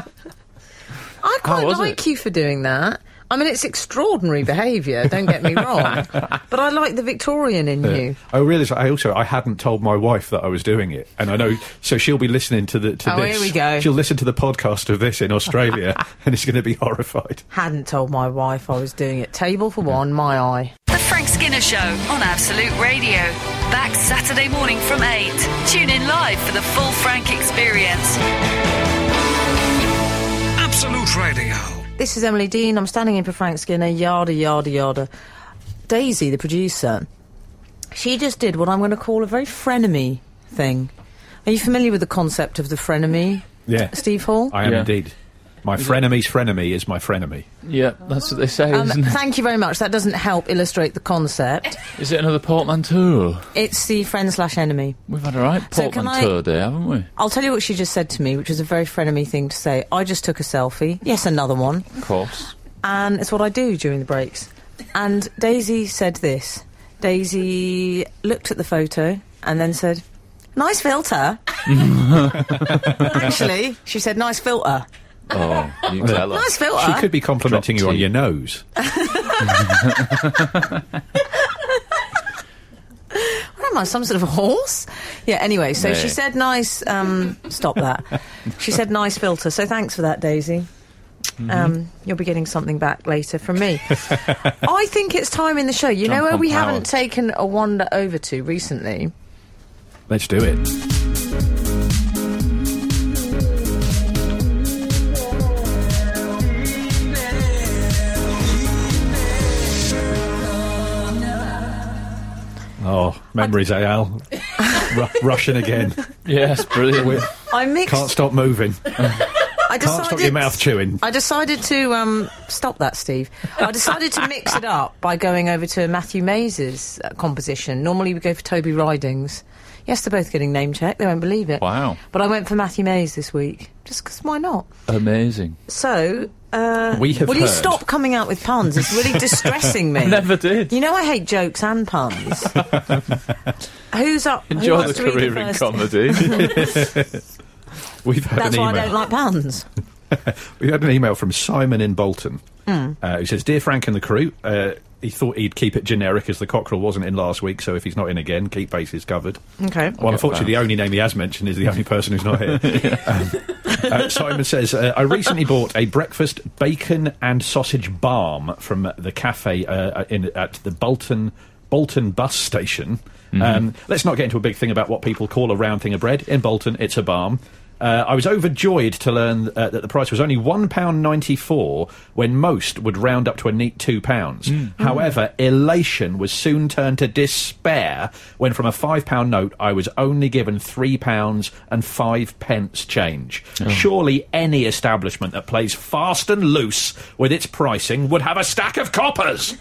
Speaker 2: I quite
Speaker 4: was
Speaker 2: like
Speaker 4: it?
Speaker 2: you for doing that. I mean, it's extraordinary behaviour. Don't get me wrong, but I like the Victorian in you.
Speaker 3: I realised I also I hadn't told my wife that I was doing it, and I know so she'll be listening to the to
Speaker 2: Oh,
Speaker 3: this.
Speaker 2: here we go.
Speaker 3: She'll listen to the podcast of this in Australia, and it's going to be horrified.
Speaker 2: Hadn't told my wife I was doing it. Table
Speaker 3: Mm-hmm.
Speaker 2: for one, my eye.
Speaker 1: The Frank Skinner Show on Absolute Radio. Back Saturday morning from 8. Tune in live for the full Frank experience.
Speaker 5: Absolute Radio.
Speaker 2: This is Emily Dean. I'm standing in for Frank Skinner. Yada yada yada. Daisy, the producer, she just did what I'm going to call a very frenemy thing. Are you familiar with the concept of the frenemy?
Speaker 3: Yeah.
Speaker 2: Steve Hall.
Speaker 3: I am
Speaker 4: Yeah.
Speaker 3: indeed. My frenemy's frenemy is my frenemy.
Speaker 4: yeah, that's what they say,
Speaker 2: Um,
Speaker 4: isn't it?
Speaker 2: thank you very much. That doesn't help illustrate the concept.
Speaker 4: Is it another portmanteau?
Speaker 2: It's the friend slash enemy.
Speaker 4: We've had a right
Speaker 2: So can I-
Speaker 4: portmanteau day, haven't we?
Speaker 2: I'll tell you what she just said to me, which was a very frenemy thing to say. I just took a selfie. Yes, another one.
Speaker 4: Of course.
Speaker 2: And it's what I do during the breaks. And Daisy said this. Daisy looked at the photo and then said, Nice filter. Actually, she said, Nice filter.
Speaker 4: Oh, you tell
Speaker 2: Nice
Speaker 4: us.
Speaker 2: filter.
Speaker 3: She could be complimenting
Speaker 4: Drop
Speaker 3: you on
Speaker 4: tea.
Speaker 3: your nose.
Speaker 2: What am I, some sort of horse? Yeah, anyway, so she
Speaker 4: Nay.
Speaker 2: said, Nice. Um, stop that. She said, Nice filter. So thanks for that, Daisy. Um, you'll be getting something back later from me. I think it's time in the show. You know
Speaker 4: Jump
Speaker 2: where
Speaker 4: on
Speaker 2: we
Speaker 4: power.
Speaker 2: haven't taken a wander over to recently?
Speaker 3: Let's do it. Oh, memories, Al. Ru- rushing again.
Speaker 4: Yes, brilliant.
Speaker 2: I mixed.
Speaker 3: Can't stop moving.
Speaker 2: I decided,
Speaker 3: Can't stop your mouth chewing.
Speaker 2: I decided to um, stop that, Steve. I decided to mix it up by going over to Matthew Mays's uh, composition. Normally, we go for Toby Ridings. Yes, they're both getting name checked. They won't believe it.
Speaker 4: Wow.
Speaker 2: But I went for Matthew Mays this week, just because why not?
Speaker 4: Amazing.
Speaker 2: So Uh,
Speaker 3: We have
Speaker 2: will you
Speaker 3: heard.
Speaker 2: stop coming out with puns? It's really distressing me.
Speaker 4: Never did.
Speaker 2: You know I hate jokes and puns. Who's up? who
Speaker 4: Enjoy
Speaker 2: wants
Speaker 4: the
Speaker 2: to read
Speaker 4: career in
Speaker 2: first?
Speaker 4: comedy.
Speaker 3: We've had
Speaker 2: That's
Speaker 3: an
Speaker 2: why I
Speaker 3: email.
Speaker 2: don't like puns.
Speaker 3: We had an email from Simon in Bolton uh, who says, "Dear Frank and the crew." Uh, he thought he'd keep it generic as the cockerel wasn't in last week, so if he's not in again, keep bases covered.
Speaker 2: Okay.
Speaker 3: Well, unfortunately, the only name he has mentioned is the only person who's not here. um, uh, Simon says, uh, I recently bought a breakfast bacon and sausage balm from the cafe uh, in, at the Bolton, Bolton bus station. Um, let's not get into a big thing about what people call a round thing of bread. In Bolton, it's a balm. Uh, I was overjoyed to learn uh, that the price was only £1.94 when most would round up to a neat £2.
Speaker 2: Hmm.
Speaker 3: However, elation was soon turned to despair when from a £5 note I was only given £3 and 5 pence change.
Speaker 2: Oh.
Speaker 3: Surely any establishment that plays fast and loose with its pricing would have a stack of coppers!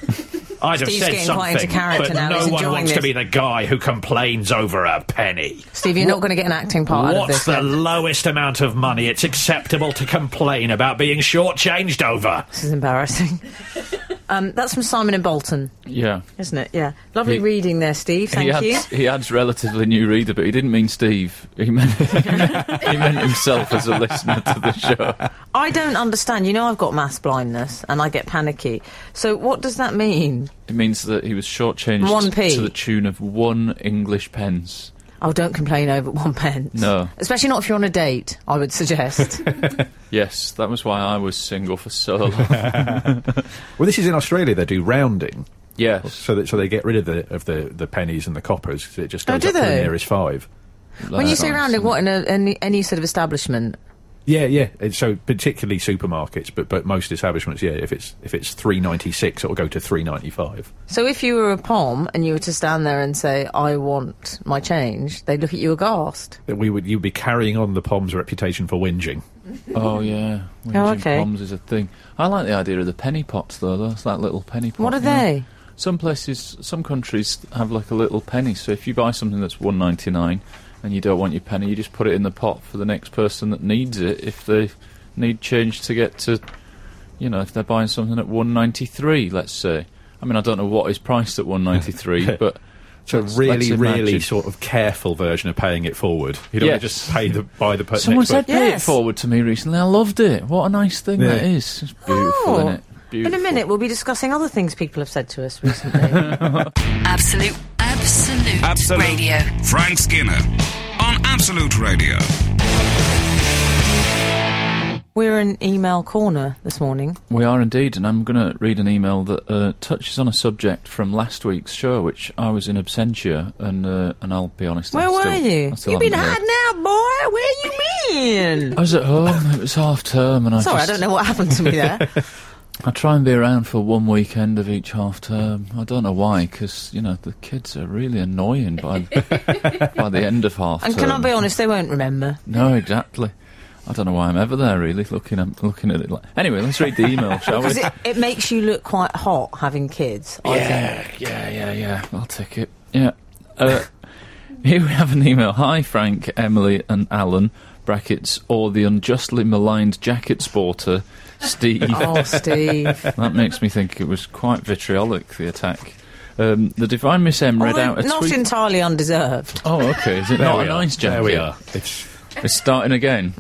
Speaker 3: I'd have
Speaker 2: Steve's
Speaker 3: said
Speaker 2: getting quite
Speaker 3: something,
Speaker 2: into character
Speaker 3: but
Speaker 2: now,
Speaker 3: no
Speaker 2: he's
Speaker 3: one
Speaker 2: enjoying
Speaker 3: wants to
Speaker 2: this.
Speaker 3: be the guy who complains over a penny.
Speaker 2: Steve, you're not going to get an acting part out of this.
Speaker 3: What's the
Speaker 2: then.
Speaker 3: lowest amount of money it's acceptable to complain about being shortchanged over?
Speaker 2: This is embarrassing. um, that's from Simon in Bolton,
Speaker 4: yeah.
Speaker 2: isn't it? Yeah. Lovely
Speaker 4: He-
Speaker 2: reading there, Steve. Thank
Speaker 4: he adds,
Speaker 2: you.
Speaker 4: He adds relatively new reader, but he didn't mean Steve. He meant, he meant himself as a listener to the show.
Speaker 2: I don't understand. You know, I've got mass blindness and I get panicky. So, what does that mean?
Speaker 4: It means that he was shortchanged
Speaker 2: One p.
Speaker 4: to the tune of one English pence.
Speaker 2: Oh, don't complain over one pence.
Speaker 4: No.
Speaker 2: Especially not if you're on a date, I would suggest.
Speaker 4: Yes, that was why I was single for so long.
Speaker 3: Well, this is in Australia. They do rounding,
Speaker 4: yes.
Speaker 3: so that so they get rid of the of the, the pennies and the coppers. 'cause it just
Speaker 2: Oh,
Speaker 3: goes
Speaker 2: do
Speaker 3: up to the
Speaker 2: they?
Speaker 3: nearest five.
Speaker 2: when you say rounding, what, in a, any, any sort of establishment?
Speaker 3: Yeah, yeah. And so particularly supermarkets, but but most establishments, yeah. If it's if it's three ninety six, it'll go to three ninety five.
Speaker 2: So, if you were a pom and you were to stand there and say, I want my change, they'd look at you aghast.
Speaker 3: That we would you'd be carrying on the Pom's reputation for whinging.
Speaker 4: Oh, yeah. Whinging
Speaker 2: Oh, okay.
Speaker 4: Poms is a thing. I like the idea of the penny pots, though. That's that little penny pot.
Speaker 2: What are
Speaker 4: you know?
Speaker 2: they?
Speaker 4: Some places, some countries have like a little penny. So if you buy something that's one ninety nine, and you don't want your penny, you just put it in the pot for the next person that needs it. If they need change to get to, you know, if they're buying something at one ninety three, let's say. I mean, I don't know what is priced at one ninety three, but
Speaker 3: It's a
Speaker 4: let's-
Speaker 3: really,
Speaker 4: let's
Speaker 3: really
Speaker 4: imagine.
Speaker 3: sort of careful version of paying it forward. You don't
Speaker 4: Yes.
Speaker 3: just pay the buy the per-
Speaker 4: Someone
Speaker 3: next
Speaker 4: said
Speaker 3: person.
Speaker 4: pay it
Speaker 2: Yes.
Speaker 4: forward to me recently. I loved it. What a nice thing
Speaker 3: Yeah.
Speaker 4: that is. It's beautiful,
Speaker 2: Oh.
Speaker 4: isn't it? Beautiful.
Speaker 2: In a minute, we'll be discussing other things people have said to us recently.
Speaker 1: Absolute, absolute,
Speaker 5: Absolute.
Speaker 1: radio.
Speaker 5: Frank Skinner on Absolute Radio.
Speaker 2: We're in email corner this morning.
Speaker 4: We are indeed, and I'm going to read an email that uh, touches on a subject from last week's show, which I was in absentia, and uh, and I'll be honest.
Speaker 2: Where
Speaker 4: I'm
Speaker 2: were
Speaker 4: still,
Speaker 2: you?
Speaker 4: I still
Speaker 2: You've been
Speaker 4: haven't heard.
Speaker 2: hiding out, boy. Where you been?
Speaker 4: I was at home. It was half term, and I
Speaker 2: Sorry, I
Speaker 4: just-
Speaker 2: don't know what happened to me there.
Speaker 4: I try and be around for one weekend of each half term. I don't know why, because you know the kids are really annoying by by the end of half.
Speaker 2: and
Speaker 4: term.
Speaker 2: can I be honest? They won't remember.
Speaker 4: No, exactly. I don't know why I'm ever there. Really, looking at looking at it. Like... Anyway, let's read the email, shall we?
Speaker 2: Because it, it makes you look quite hot having kids. I think.
Speaker 4: Yeah, yeah, yeah, yeah. I'll take it. Yeah. Uh, here we have an email. Hi, Frank, Emily, and Alan. Brackets or the unjustly maligned jacket sporter, Steve.
Speaker 2: Oh, Steve.
Speaker 4: That makes me think it was quite vitriolic. The attack. Um, the divine Miss M read
Speaker 2: Although
Speaker 4: out a
Speaker 2: Oh, not
Speaker 4: tweet.
Speaker 2: entirely undeserved.
Speaker 4: oh, okay. Is it
Speaker 3: There
Speaker 4: not
Speaker 3: we
Speaker 4: a
Speaker 3: are.
Speaker 4: nice jacket?
Speaker 3: There we are. It's
Speaker 4: It's starting again.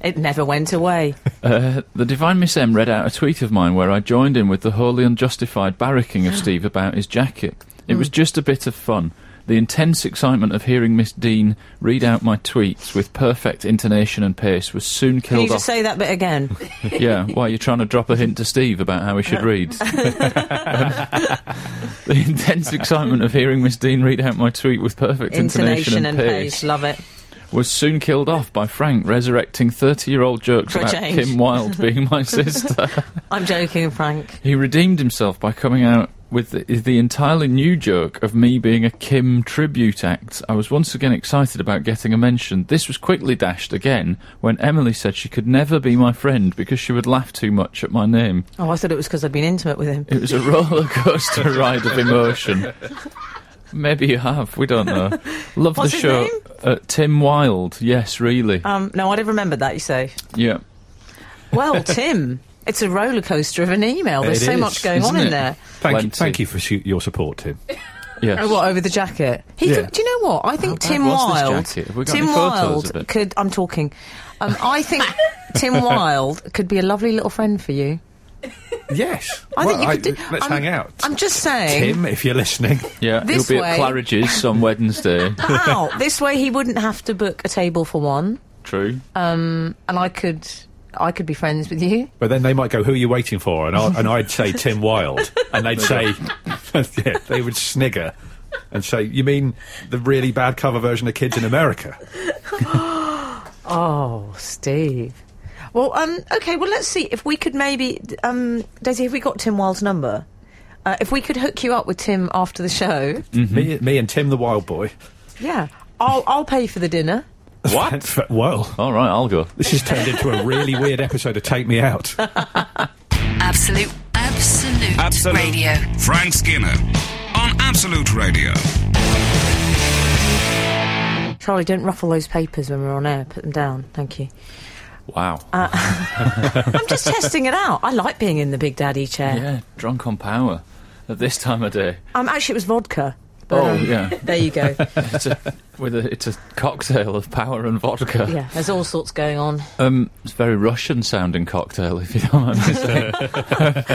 Speaker 2: It never went away.
Speaker 4: Uh, the Divine Miss M read out a tweet of mine where I joined in with the wholly unjustified barracking of Steve about his jacket. It
Speaker 2: Hmm.
Speaker 4: was just a bit of fun. The intense excitement of hearing Miss Dean read out my tweets with perfect intonation and pace was soon
Speaker 2: Can you
Speaker 4: killed off.
Speaker 2: just say that bit again?
Speaker 4: yeah, why you're trying to drop a hint to Steve about how he
Speaker 2: Uh.
Speaker 4: should read. the intense excitement of hearing Miss Dean read out my tweet with perfect
Speaker 2: Intonation
Speaker 4: intonation,
Speaker 2: and pace. Love it.
Speaker 4: was soon killed off by Frank resurrecting 30 year old jokes
Speaker 2: For a
Speaker 4: about
Speaker 2: change.
Speaker 4: Kim Wilde being my sister.
Speaker 2: I'm joking, Frank.
Speaker 4: He redeemed himself by coming out with the, the entirely new joke of me being a Kim tribute act. I was once again excited about getting a mention. This was quickly dashed again when Emily said she could never be my friend because she would laugh too much at my name.
Speaker 2: Oh, I thought it was because I'd been intimate with him.
Speaker 4: It was a roller coaster ride of emotion. Maybe you have, we don't know. Love
Speaker 2: What's
Speaker 4: the
Speaker 2: his
Speaker 4: show.
Speaker 2: name?
Speaker 4: Uh, Tim Wilde, yes, really.
Speaker 2: Um, no, I'd have remembered that, you say.
Speaker 4: yeah.
Speaker 2: Well, Tim, it's a roller coaster of an email. There's
Speaker 3: It
Speaker 2: so
Speaker 3: is,
Speaker 2: much going
Speaker 4: isn't
Speaker 2: on in
Speaker 4: it?
Speaker 2: there.
Speaker 3: Thank you,
Speaker 4: Plenty.
Speaker 3: thank you for su- your support, Tim.
Speaker 4: Yes.
Speaker 2: Oh, what over the jacket? He
Speaker 3: Yeah.
Speaker 2: could, do you know what? I think
Speaker 4: bad
Speaker 2: Tim
Speaker 4: was this
Speaker 2: Wilde.
Speaker 4: jacket? Have we got
Speaker 2: Tim
Speaker 4: any photos
Speaker 2: Wilde
Speaker 4: of it?
Speaker 2: could. I'm talking. Um, I think Tim Wilde could be a lovely little friend for you.
Speaker 3: Yes.
Speaker 2: I
Speaker 3: Well,
Speaker 2: think you could do.
Speaker 3: let's
Speaker 2: I'm-
Speaker 3: hang out.
Speaker 2: I'm just saying.
Speaker 3: Tim, if you're listening.
Speaker 4: Yeah, he'll
Speaker 2: This
Speaker 4: be
Speaker 2: way-
Speaker 4: at Claridge's on Wednesday.
Speaker 2: Wow, this way he wouldn't have to book a table for one,
Speaker 4: True.
Speaker 2: Uh, and I could. I could be friends with you.
Speaker 3: But then they might go, "Who are you waiting for?" And, I, and I'd say Tim Wilde, and they'd say, yeah, they would snigger and say, "You mean the really bad cover version of Kids in America?"
Speaker 2: Oh, Steve. Well, um, okay. Well, let's see if we could maybe, um, Daisy, have we got Tim Wilde's number? Uh, if we could hook you up with Tim after the show,
Speaker 3: Me, me and Tim the Wild Boy.
Speaker 2: yeah, I'll I'll pay for the dinner.
Speaker 3: What? well,
Speaker 4: All right, I'll go.
Speaker 3: this has turned into a really weird episode of Take Me Out.
Speaker 1: Absolute, absolute,
Speaker 5: Absolute.
Speaker 1: radio.
Speaker 5: Frank Skinner on Absolute Radio.
Speaker 2: Charlie, don't ruffle those papers when we're on air. Put them down. Thank you.
Speaker 4: Wow.
Speaker 2: I'm just testing it out. I like being in the Big Daddy chair.
Speaker 4: yeah, drunk on power at this time of day.
Speaker 2: Um, actually, it was vodka. But,
Speaker 4: Oh,
Speaker 2: um,
Speaker 4: yeah.
Speaker 2: There you go.
Speaker 4: It's a, with a, it's a cocktail of power and vodka.
Speaker 2: Yeah, there's all sorts going on.
Speaker 4: Um, it's a very Russian sounding cocktail, if you don't mind me saying.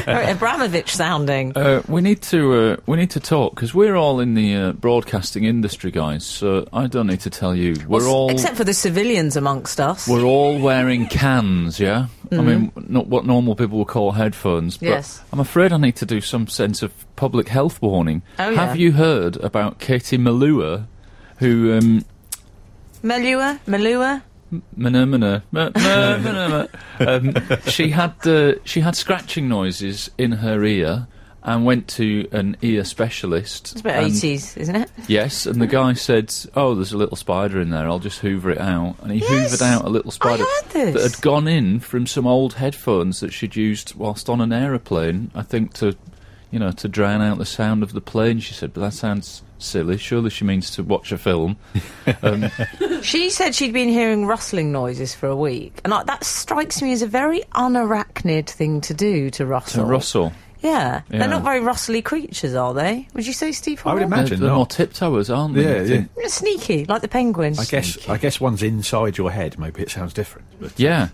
Speaker 2: Very Abramovich sounding.
Speaker 4: Uh, we need to uh, we need to talk because we're all in the uh, broadcasting industry, guys. So I don't need to tell you we're all
Speaker 2: Except for the civilians amongst us.
Speaker 4: we're all wearing cans. Yeah, I mean not what normal people would call headphones. But
Speaker 2: Mm-hmm. Yes.
Speaker 4: I'm afraid I need to do some sense of public health warning.
Speaker 2: Oh, yeah.
Speaker 4: Have you heard about Katie Malua, who um,
Speaker 2: Melua? Melua?
Speaker 4: Mana, mana, ma- ma- mana, ma- um, she had uh, she had scratching noises in her ear and went to an ear specialist.
Speaker 2: It's about
Speaker 4: and-
Speaker 2: 80s, isn't it?
Speaker 4: Yes, and the guy said, "Oh, there's a little spider in there. I'll just hoover it out." And he
Speaker 2: Yes,
Speaker 4: hoovered out a little spider
Speaker 2: heard this.
Speaker 4: that had gone in from some old headphones that she'd used whilst on an aeroplane. I think to, you know, to drown out the sound of the plane. She said, "But that sounds silly. Surely she means to watch a film."
Speaker 2: She said she'd been hearing rustling noises for a week. And I, that strikes me as a very unarachnid thing to do to rustle.
Speaker 4: To Russell.
Speaker 2: Yeah.
Speaker 4: Yeah.
Speaker 2: They're not very rustly creatures, are they? Would you say, Steve?
Speaker 3: I would
Speaker 2: Hall?
Speaker 3: Imagine
Speaker 4: they're, they're
Speaker 3: not.
Speaker 4: more tiptoers, aren't they?
Speaker 3: Yeah,
Speaker 4: I
Speaker 3: yeah.
Speaker 4: think?
Speaker 2: They're Sneaky, like the penguins.
Speaker 3: I guess I guess one's inside your head. Maybe it sounds different. But
Speaker 4: Yeah,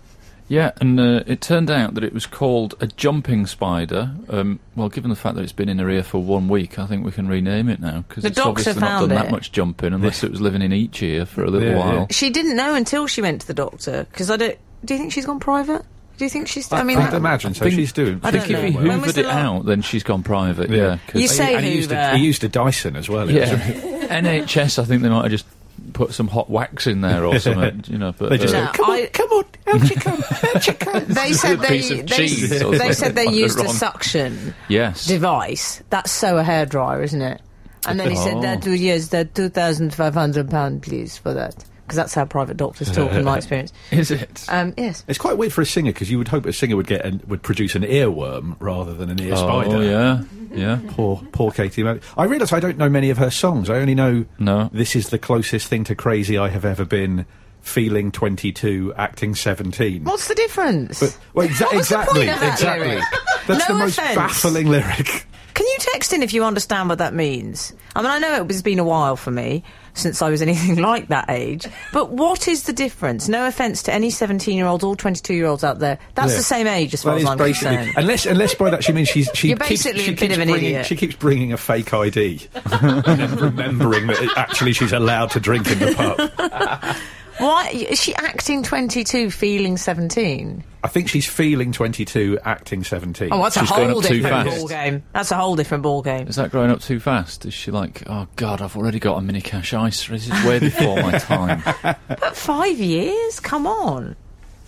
Speaker 4: yeah, and uh, it turned out that it was called a jumping spider. Um, well, given the fact that it's been in her ear for one week, I think we can rename it now because
Speaker 2: The
Speaker 4: it's
Speaker 2: docs
Speaker 4: obviously
Speaker 2: have
Speaker 4: not
Speaker 2: found
Speaker 4: done
Speaker 2: it.
Speaker 4: that much jumping unless it was living in each ear for a little
Speaker 3: Yeah,
Speaker 4: while.
Speaker 3: yeah.
Speaker 2: She didn't know until she went to the doctor. Because I don't. Do you think she's gone private? Do you think she's? I, mean,
Speaker 3: I'd imagine so.
Speaker 4: think-
Speaker 3: She's doing.
Speaker 4: I
Speaker 2: don't
Speaker 4: think
Speaker 2: know.
Speaker 4: if he
Speaker 2: Well, when was
Speaker 4: hoovered
Speaker 2: the
Speaker 4: it
Speaker 2: la-
Speaker 4: out, then she's gone private. Yeah, 'cause
Speaker 2: You say uh,
Speaker 3: and he used, a,
Speaker 2: Hoover.
Speaker 3: he used a Dyson as well. It was
Speaker 4: yeah.
Speaker 3: really-
Speaker 4: NHS, I think they might have just put some hot wax in there or something. you know, but
Speaker 3: They just go,
Speaker 4: uh,
Speaker 2: No,
Speaker 3: come
Speaker 2: I-
Speaker 3: on, come on, out you come, out you come.
Speaker 2: they said
Speaker 4: a
Speaker 2: they
Speaker 4: piece of
Speaker 2: they,
Speaker 4: cheese
Speaker 2: they
Speaker 4: or something
Speaker 2: said they
Speaker 4: on the
Speaker 2: used a
Speaker 4: wrong-
Speaker 2: suction
Speaker 4: yes,
Speaker 2: device. That's so a hairdryer, isn't it? And then he said,
Speaker 4: Oh.
Speaker 2: "That two years, that two thousand five hundred pound, please, for that." Because that's how private doctors talk, in my experience.
Speaker 4: is it?
Speaker 2: Um, yes.
Speaker 3: It's quite weird for a singer because you would hope a singer would get an, would produce an earworm rather than an ear
Speaker 4: Oh
Speaker 3: spider.
Speaker 4: yeah, yeah.
Speaker 3: Poor, poor Katie. Mel- I realise I don't know many of her songs. I only know
Speaker 4: No.
Speaker 3: this is the closest thing to crazy I have ever been. Feeling twenty two, acting seventeen.
Speaker 2: What's the difference?
Speaker 3: But- well, exa-
Speaker 2: What was the
Speaker 3: exactly,
Speaker 2: point of that
Speaker 3: exactly.
Speaker 2: lyric?
Speaker 3: That's
Speaker 2: No
Speaker 3: the most
Speaker 2: offence.
Speaker 3: baffling lyric.
Speaker 2: Can you text in if you understand what that means? I mean, I know it's been a while for me since I was anything like that age, but what is the difference? No offence to any 17 year olds or 22 year olds out there. That's
Speaker 3: Yeah.
Speaker 2: the same age as far
Speaker 3: That
Speaker 2: as
Speaker 3: is
Speaker 2: I'm
Speaker 3: basically-
Speaker 2: concerned.
Speaker 3: unless unless by that she means she's she
Speaker 2: You're
Speaker 3: keeps-
Speaker 2: basically
Speaker 3: she
Speaker 2: a bit
Speaker 3: keeps
Speaker 2: of an
Speaker 3: bringing,
Speaker 2: idiot.
Speaker 3: She keeps bringing a fake ID, and then remembering that it- actually she's allowed to drink in the pub.
Speaker 2: Why is she acting 22, feeling 17?
Speaker 3: I think she's feeling twenty two, acting seventeen.
Speaker 2: Oh, that's
Speaker 4: She's
Speaker 2: a
Speaker 4: gone
Speaker 2: whole
Speaker 4: up too
Speaker 2: different
Speaker 4: fast.
Speaker 2: ball game. That's a whole different ball game.
Speaker 4: Is that growing up too fast? Is she like, oh god, I've already got a mini cash ice. This is way before my time.
Speaker 2: But five years? Come on.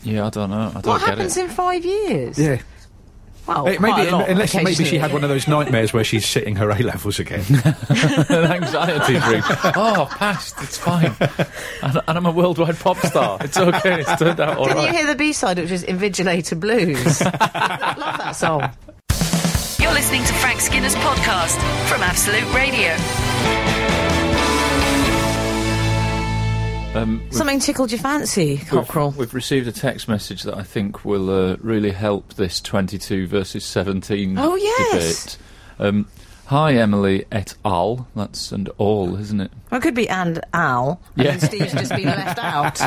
Speaker 4: Yeah, I don't know. I don't
Speaker 2: What
Speaker 4: get
Speaker 2: happens
Speaker 4: it.
Speaker 2: in five years?
Speaker 3: Yeah,
Speaker 2: Well,
Speaker 3: It- maybe
Speaker 2: quite a lot,
Speaker 3: unless maybe she
Speaker 2: occasionally.
Speaker 3: had one of those nightmares where she's sitting her A levels again.
Speaker 4: An anxiety dream. Oh, past. It's fine. And, and I'm a worldwide pop star. It's okay. It's turned out all
Speaker 2: Didn't you
Speaker 4: right.
Speaker 2: hear the B side, which was Invigilator Blues? Love that song.
Speaker 1: You're listening to Frank Skinner's podcast from Absolute Radio.
Speaker 4: Um, we've-
Speaker 2: Something tickled your fancy,
Speaker 4: we've-
Speaker 2: Cockerel.
Speaker 4: We've, received a text message that I think will uh, really help this 22 versus 17
Speaker 2: Oh, yes.
Speaker 4: debate. Um, hi, Emily et al. That's and all, isn't it?
Speaker 2: Well, it could be and Al. And
Speaker 4: Yeah.
Speaker 2: then Steve's just been left out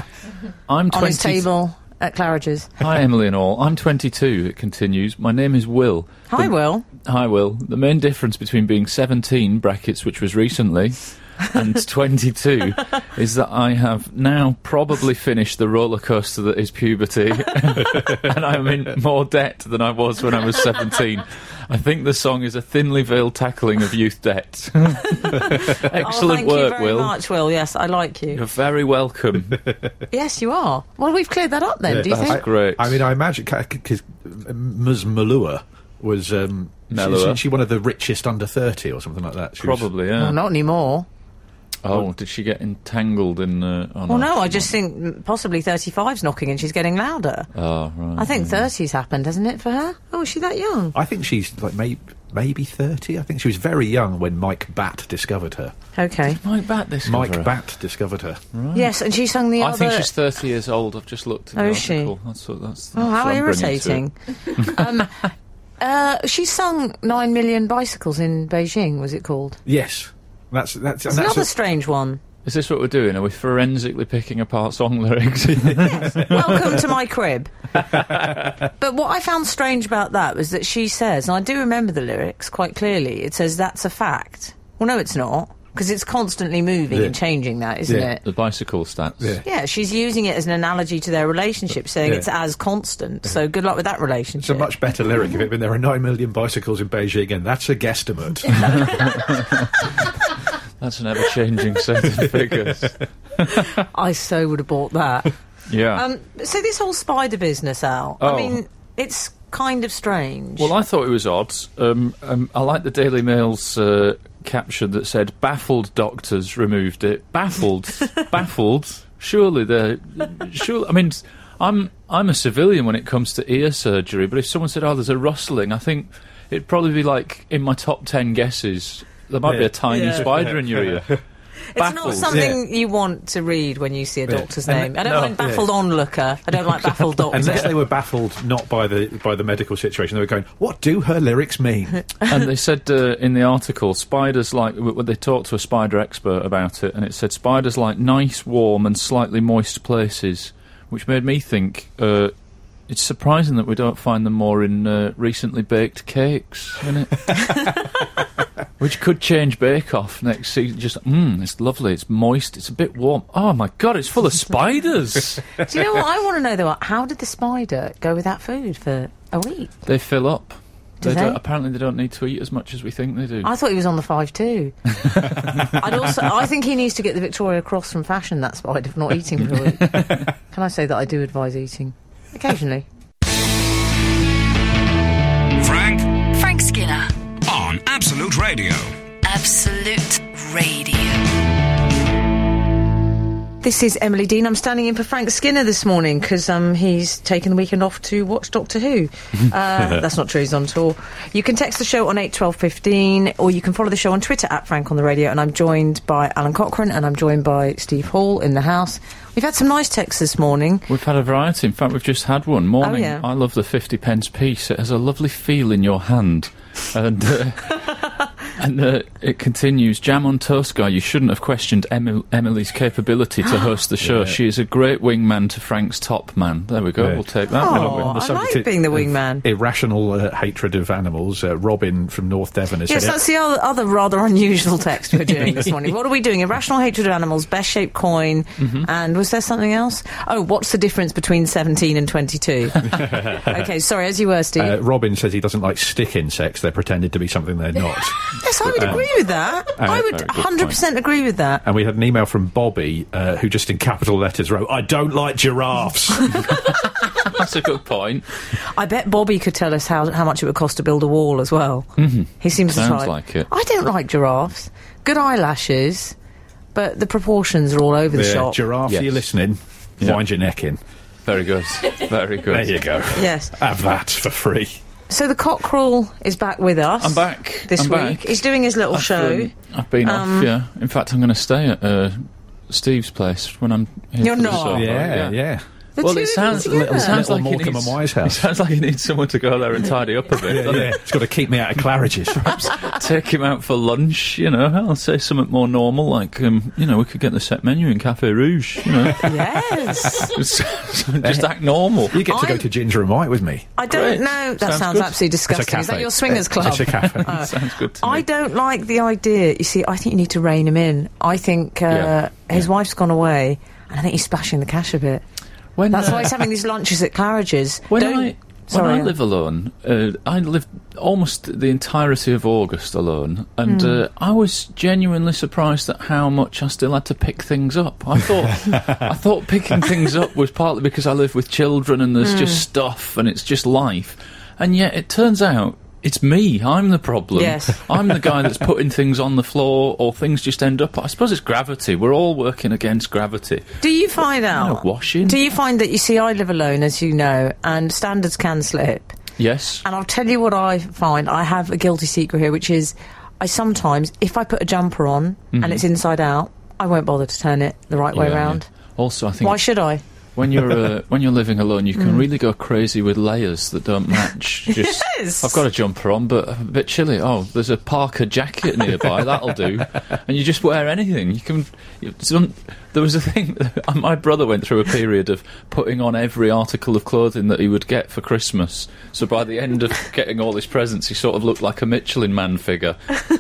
Speaker 4: I'm 20-
Speaker 2: on his table at Claridge's.
Speaker 4: Hi, Emily and all. I'm 22, it continues. My name is Will.
Speaker 2: Hi,
Speaker 4: The-
Speaker 2: Will.
Speaker 4: Hi, Will. The main difference between being 17, brackets, which was recently, and 22 is that I have now probably finished the roller coaster that is puberty, and I'm in more debt than I was when I was 17. I think the song is a thinly veiled tackling of youth debt.
Speaker 2: oh,
Speaker 4: Excellent
Speaker 2: thank
Speaker 4: work,
Speaker 2: you very
Speaker 4: Will.
Speaker 2: much, Will. Yes, I like you.
Speaker 4: You're very welcome.
Speaker 2: Yes, you are. Well, we've cleared that up then, do you
Speaker 4: that's
Speaker 2: think?
Speaker 4: great.
Speaker 3: I mean, I imagine because Ms. Malua was um, she-
Speaker 4: Malua.
Speaker 3: isn't she one of the richest under thirty or something like that. She was-
Speaker 4: Probably,
Speaker 2: Well,
Speaker 4: yeah.
Speaker 2: not anymore.
Speaker 4: Oh, did she get entangled in? Uh, oh,
Speaker 2: Well, no, I just think mm, possibly 35's knocking and she's getting louder.
Speaker 4: Oh, right.
Speaker 2: I think 30's happened, hasn't it, for her? Oh, is she that young?
Speaker 3: I think she's like maybe maybe thirty. I think she was very young when Mike Batt discovered her.
Speaker 2: Okay.
Speaker 4: Mike Bat this
Speaker 3: Mike Batt discovered her.
Speaker 2: Yes, and she sung the
Speaker 4: I
Speaker 2: other...
Speaker 4: think she's 30 years old. I've just looked at
Speaker 2: Oh,
Speaker 4: the
Speaker 2: is she?
Speaker 4: article. That's what, that's,
Speaker 2: Oh,
Speaker 4: that's
Speaker 2: how
Speaker 4: what I'm bringing to it.
Speaker 2: irritating. um, uh, she sung Nine Million Bicycles in Beijing, was it called?
Speaker 3: Yes, that's that's and
Speaker 2: It's
Speaker 3: that's
Speaker 2: another
Speaker 3: a-
Speaker 2: strange one.
Speaker 4: Is this what we're doing? Are we forensically picking apart song lyrics?
Speaker 2: Welcome to my crib. but what I found strange about that was that she says, and I do remember the lyrics quite clearly, it says, that's a fact. Well, no, it's not, because it's constantly moving
Speaker 3: Yeah.
Speaker 2: and changing that, isn't
Speaker 3: Yeah.
Speaker 2: it?
Speaker 4: the bicycle stats.
Speaker 3: Yeah.
Speaker 2: Yeah, she's using it as an analogy to their relationship, saying
Speaker 3: Yeah.
Speaker 2: it's as constant. So good luck with that relationship.
Speaker 3: It's a much better lyric if it had been there are 9 million bicycles in Beijing, and that's a guesstimate.
Speaker 4: That's an ever-changing set of figures.
Speaker 2: I so would have bought that.
Speaker 4: Yeah.
Speaker 2: Um, so this whole spider business, Al. I
Speaker 4: Oh.
Speaker 2: mean, it's kind of strange.
Speaker 4: well, I thought it was odd. Um, um, I like the Daily Mail's uh, caption that said, baffled doctors removed it. Baffled. baffled. Surely they're... Surely, I mean... I'm I'm a civilian when it comes to ear surgery, but if someone said, "Oh, there's a rustling," I think it'd probably be like in my top ten guesses. There might be
Speaker 3: Yeah.
Speaker 4: a tiny
Speaker 2: Yeah.
Speaker 4: spider in your ear.
Speaker 2: it's not something you want to read when you see a doctor's name. I don't like baffled onlooker. I don't like baffled
Speaker 3: Unless
Speaker 2: doctor.
Speaker 3: they were baffled not by the by the medical situation, they were going, "What do her lyrics mean?"
Speaker 4: and they said uh, in the article, spiders like w- w- they talked to a spider expert about it, and it said spiders like nice, warm, and slightly moist places, which made me think uh, it's surprising that we don't find them more in uh, recently baked cakes, isn't it? which could change Bake Off next season. Just mmm, it's lovely, it's moist, it's a bit warm. Oh my god, it's full of spiders.
Speaker 2: Do you know what I want to know though? How did the spider go without food for a week?
Speaker 4: they fill up.
Speaker 2: Do they?
Speaker 4: Don't, apparently, they don't need to eat as much as we think they do.
Speaker 2: I thought he was on the five too. I'd also, I think he needs to get the Victoria Cross from fashion. That spider for not eating for a week. Can I say that I do advise eating occasionally?
Speaker 5: Frank
Speaker 1: Frank Skinner,
Speaker 5: on Absolute Radio.
Speaker 1: Absolute Radio.
Speaker 2: This is Emily Dean. I'm standing in for Frank Skinner this morning because um, he's taken the weekend off to watch Doctor Who. Uh, that's not true. He's on tour. You can text the show on eight twelve fifteen, or you can follow the show on Twitter at Frank on the Radio. And I'm joined by Alan Cochrane, and I'm joined by Steve Hall in the house. We've had some nice texts this morning.
Speaker 4: We've had a variety. In fact, we've just had one. Morning.
Speaker 2: Oh, yeah.
Speaker 4: I love the 50 pence piece. It has a lovely feel in your hand. And. Uh, And uh, it continues, Jam on Toast Guy, you shouldn't have questioned Emil- Emily's capability to host the show. She is a great wingman to Frank's top man. There we go,
Speaker 3: Yeah.
Speaker 4: we'll take that.
Speaker 2: Oh,
Speaker 4: won't we?
Speaker 2: I
Speaker 3: subject
Speaker 2: like being the
Speaker 3: of
Speaker 2: wingman.
Speaker 3: Irrational uh, hatred of animals. Uh, Robin from North Devon has
Speaker 2: Yes,
Speaker 3: said it.
Speaker 2: that's the other, other rather unusual text we're doing this morning. What are we doing? Irrational hatred of animals, best shaped coin, and was there something else? Oh, what's the difference between 17 and 22? okay, sorry, as you were, Steve.
Speaker 3: Uh, Robin says he doesn't like stick insects. They're pretended to be something they're not.
Speaker 2: yes, I would agree with that. I would
Speaker 4: Um, uh, very good
Speaker 2: 100% agree with that.
Speaker 3: and we had an email from Bobby, uh, who just in capital letters wrote, "I don't like giraffes."
Speaker 4: That's a good point.
Speaker 2: I bet Bobby could tell us how, how much it would cost to build a wall as well. Mm-hmm. He seems
Speaker 4: Sounds
Speaker 2: to try.
Speaker 4: like it.
Speaker 2: I don't like giraffes. Good eyelashes, but the proportions are all over the
Speaker 3: Yeah,
Speaker 2: shop.
Speaker 3: Giraffe,
Speaker 4: Yes.
Speaker 3: you're listening. Wind your neck in.
Speaker 4: Very good. Very good.
Speaker 3: There you go.
Speaker 2: Yes.
Speaker 3: Have that for free.
Speaker 2: So the cockerel is back with us.
Speaker 4: I'm back.
Speaker 2: this
Speaker 4: I'm
Speaker 2: week.
Speaker 4: back.
Speaker 2: He's doing his little
Speaker 4: I've
Speaker 2: show. um,
Speaker 4: been- I've been off, yeah. In fact, I'm going to stay at uh, Steve's place when I'm here
Speaker 2: You're
Speaker 4: for the
Speaker 2: not.
Speaker 4: sofa,
Speaker 3: yeah, yeah.
Speaker 2: The
Speaker 4: well,
Speaker 2: two
Speaker 4: it
Speaker 2: of them
Speaker 4: sounds,
Speaker 2: together.
Speaker 4: it sounds
Speaker 3: Little
Speaker 4: like he
Speaker 3: Morecambe
Speaker 4: needs,
Speaker 3: and Wise house.
Speaker 4: It sounds like he needs someone to go there and tidy up a bit.
Speaker 3: Yeah,
Speaker 4: doesn't
Speaker 3: yeah. It's got to keep me out of Claridge's.
Speaker 4: it? Take him out for lunch, you know. I'll say something more normal, like um, you know, we could get the set menu in Cafe Rouge. You know,
Speaker 2: yes.
Speaker 4: just just act normal.
Speaker 3: You get to go
Speaker 2: I'm-
Speaker 3: to Ginger and White with me.
Speaker 2: I don't
Speaker 4: Great.
Speaker 2: know. That
Speaker 4: Sounds
Speaker 2: sounds,
Speaker 4: good.
Speaker 2: absolutely
Speaker 3: It's a
Speaker 2: disgusting. Is that
Speaker 3: cafe.
Speaker 2: your swingers
Speaker 3: It's
Speaker 2: club?
Speaker 3: a cafe.
Speaker 2: Oh.
Speaker 4: Sounds good to me.
Speaker 2: I don't like the idea. You see, I think you need to rein him in. I think uh,
Speaker 4: Yeah.
Speaker 2: his
Speaker 4: Yeah.
Speaker 2: wife's gone away, and I think he's splashing the cash a bit.
Speaker 4: When,
Speaker 2: That's
Speaker 4: uh,
Speaker 2: why he's having these lunches at Claridge's.
Speaker 4: When
Speaker 2: Don't-
Speaker 4: I
Speaker 2: Sorry.
Speaker 4: when I live alone, uh, I lived almost the entirety of August alone, and
Speaker 2: Hmm.
Speaker 4: uh, I was genuinely surprised at how much I still had to pick things up. I thought I thought picking things up was partly because I live with children and there's just
Speaker 2: Hmm.
Speaker 4: stuff and it's just life, and yet it turns out. It's me. I'm the problem.
Speaker 2: Yes.
Speaker 4: I'm the guy that's putting things on the floor, or things just end up. I suppose it's gravity. We're all working against gravity.
Speaker 2: Do you find out?
Speaker 4: know, washing.
Speaker 2: Do you find that you see, I live alone, as you know, and standards can slip.
Speaker 4: Yes.
Speaker 2: And I'll tell you what I find. I have a guilty secret here, which is I sometimes, if I put a jumper on and it's inside out, I won't bother to turn it the right way
Speaker 4: Mm-hmm. Yeah, yeah.
Speaker 2: round.
Speaker 4: Also, I think
Speaker 2: Why should I?
Speaker 4: when you're uh, when you're living alone, you can really go crazy with layers that don't match. Just,
Speaker 2: Yes.
Speaker 4: I've got a jumper on, but I'm a bit chilly. Oh, there's a Parker jacket nearby. That'll do. And you just wear anything. You can. You, some, there was a thing. My brother went through a period of putting on every article of clothing that he would get for Christmas. So by the end of getting all his presents, he sort of looked like a Michelin Man figure.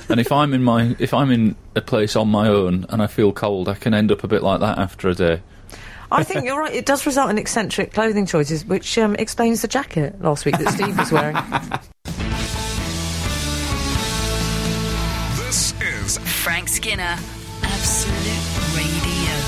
Speaker 4: And if I'm in my if I'm in a place on my own and I feel cold, I can end up a bit like that after a day.
Speaker 2: I think you're right. It does result in eccentric clothing choices, which um, explains the jacket last week that Steve was wearing.
Speaker 5: This is
Speaker 1: Frank Skinner, Absolute Radio.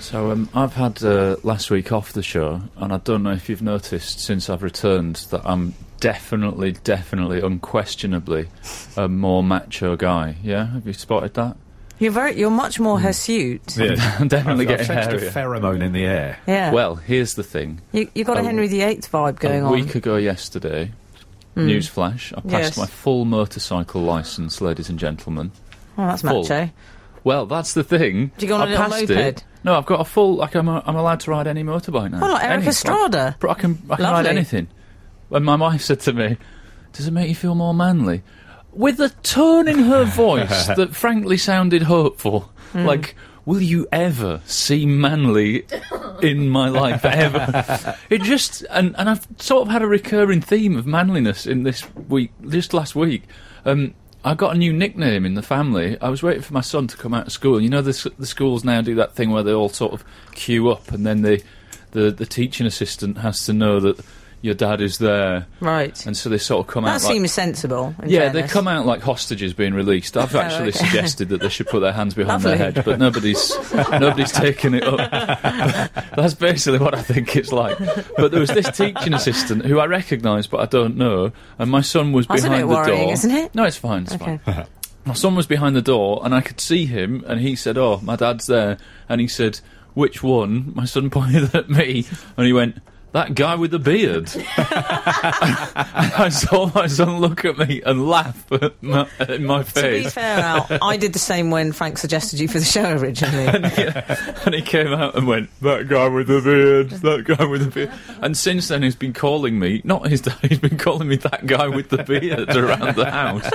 Speaker 4: So um, I've had uh, last week off the show, and I don't know if you've noticed since I've returned that I'm definitely, definitely, unquestionably a more macho guy. Yeah, have you spotted that?
Speaker 2: You're very, you're much more
Speaker 4: Mm.
Speaker 2: hirsute. Yeah.
Speaker 4: I'm definitely
Speaker 3: I've, I've
Speaker 4: getting
Speaker 3: sensed a
Speaker 4: hairier.
Speaker 3: pheromone in the air.
Speaker 4: Well, here's the thing.
Speaker 2: you, you got a
Speaker 4: a-
Speaker 2: Henry VIII vibe going
Speaker 4: a week
Speaker 2: on. Hmm.
Speaker 4: ago yesterday, newsflash, I passed
Speaker 2: Yes.
Speaker 4: my full motorcycle license, ladies and gentlemen.
Speaker 2: Oh, that's
Speaker 4: full.
Speaker 2: macho.
Speaker 4: Well, that's the thing.
Speaker 2: Do you go on
Speaker 4: I
Speaker 2: a little
Speaker 4: passed
Speaker 2: moped?
Speaker 4: It. No, I've got a full. Like I'm, a, I'm allowed to ride any motorbike now.
Speaker 2: Well, like Eric
Speaker 4: Any.
Speaker 2: Estrada.
Speaker 4: But I can, I can ride
Speaker 2: Lovely.
Speaker 4: anything. And my wife said to me, "Does it make you feel more manly?" With a tone in her voice that frankly sounded hopeful,
Speaker 2: Hmm.
Speaker 4: like. Will you ever see manly in my life ever? It just and and I've sort of had a recurring theme of manliness in this week, just last week. Um, I got a new nickname in the family. I was waiting for my son to come out of school. You know, the, s- the schools now do that thing where they all sort of queue up, and then they, the the teaching assistant has to know that your dad is there,
Speaker 2: Right.
Speaker 4: and so they sort of come
Speaker 2: Hmm. that
Speaker 4: out. like,
Speaker 2: seems sensible. in
Speaker 4: yeah, they
Speaker 2: fairness.
Speaker 4: come out like hostages being released. I've actually
Speaker 2: Oh, okay.
Speaker 4: suggested that they should put their hands behind their
Speaker 2: Lovely.
Speaker 4: head, but nobody's nobody's taken it up. That's basically what I think it's like. But there was this teaching assistant who I recognise, but I don't know, and my son was
Speaker 2: That's a
Speaker 4: behind
Speaker 2: bit
Speaker 4: the
Speaker 2: worrying,
Speaker 4: door.
Speaker 2: isn't it?
Speaker 4: No, it's fine. It's
Speaker 2: Okay.
Speaker 4: fine. My son was behind the door, and I could see him, and he said, "Oh, my dad's there," and he said, "Which one?" My son pointed at me, and he went. That guy with the beard. I saw my son look at me and laugh at my, in my
Speaker 2: To be
Speaker 4: face.
Speaker 2: fair, Al, I did the same when Frank suggested you for the show originally.
Speaker 4: And he came out and went, That guy with the beard, that guy with the beard. And since then, he's been calling me, not his dad, he's been calling me that guy with the beard around the house,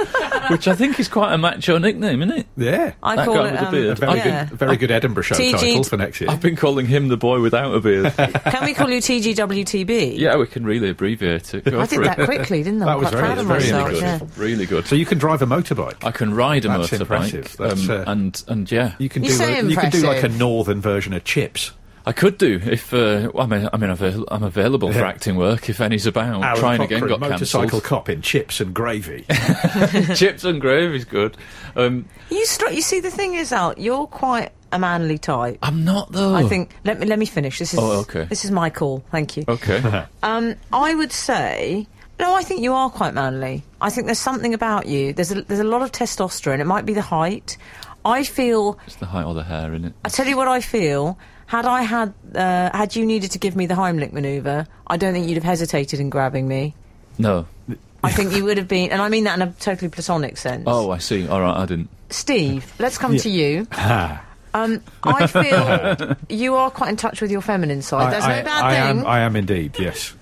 Speaker 4: which I think is quite a macho nickname, isn't it?
Speaker 3: Yeah.
Speaker 2: I
Speaker 4: That
Speaker 2: call
Speaker 4: guy
Speaker 2: it
Speaker 4: with the
Speaker 2: um,
Speaker 4: beard.
Speaker 3: a very
Speaker 2: yeah.
Speaker 3: good, very good Edinburgh show
Speaker 2: TG
Speaker 3: title for next year.
Speaker 4: I've been calling him the boy without a beard.
Speaker 2: Can we call you TGWTB?
Speaker 4: yeah, we can really abbreviate it. Go
Speaker 2: I
Speaker 4: for
Speaker 2: did
Speaker 4: it.
Speaker 2: that quickly, didn't I?
Speaker 3: That
Speaker 2: I'm
Speaker 3: was
Speaker 2: quite proud
Speaker 3: very-
Speaker 2: of
Speaker 3: very
Speaker 2: myself.
Speaker 3: impressive.
Speaker 2: yeah.
Speaker 4: Really good.
Speaker 3: so you can drive a motorbike.
Speaker 4: I can ride a
Speaker 3: That's impressive.
Speaker 4: motorbike, um,
Speaker 3: That's, uh,
Speaker 4: and and yeah,
Speaker 3: you can
Speaker 2: You
Speaker 3: do
Speaker 2: say
Speaker 3: like, you can do like a
Speaker 2: impressive.
Speaker 3: northern version of chips.
Speaker 4: I could do if uh, well, I mean I mean avail- I'm available for
Speaker 3: Yeah.
Speaker 4: acting work if any's about.
Speaker 3: Aaron
Speaker 4: Trying
Speaker 3: Cochrane,
Speaker 4: again got
Speaker 3: motorcycle
Speaker 4: cancelled.
Speaker 3: cop in chips and gravy.
Speaker 4: Chips and gravy's good. Um,
Speaker 2: You, str- you see, the thing is, Al, you're quite a manly type.
Speaker 4: I'm not though.
Speaker 2: I think let me let me finish. This is
Speaker 4: Oh, okay.
Speaker 2: this is my call. Thank you.
Speaker 4: Okay.
Speaker 2: Um, I would say no. I think you are quite manly. I think there's something about you. There's a, there's a lot of testosterone. It might be the height. I feel.
Speaker 4: it's the height or the hair in it.
Speaker 2: I tell you what I feel. Had I had uh, had you needed to give me the Heimlich maneuver, I don't think you'd have hesitated in grabbing me.
Speaker 4: No.
Speaker 2: I think you would have been, and I mean that in a
Speaker 3: Oh.
Speaker 2: totally platonic sense.
Speaker 4: Oh, I see. All right, I didn't.
Speaker 2: Steve, let's come to you. Um, I feel you are quite in touch with your feminine side. There's
Speaker 3: I,
Speaker 2: no bad
Speaker 3: I, I
Speaker 2: thing.
Speaker 3: am, I am indeed. Yes.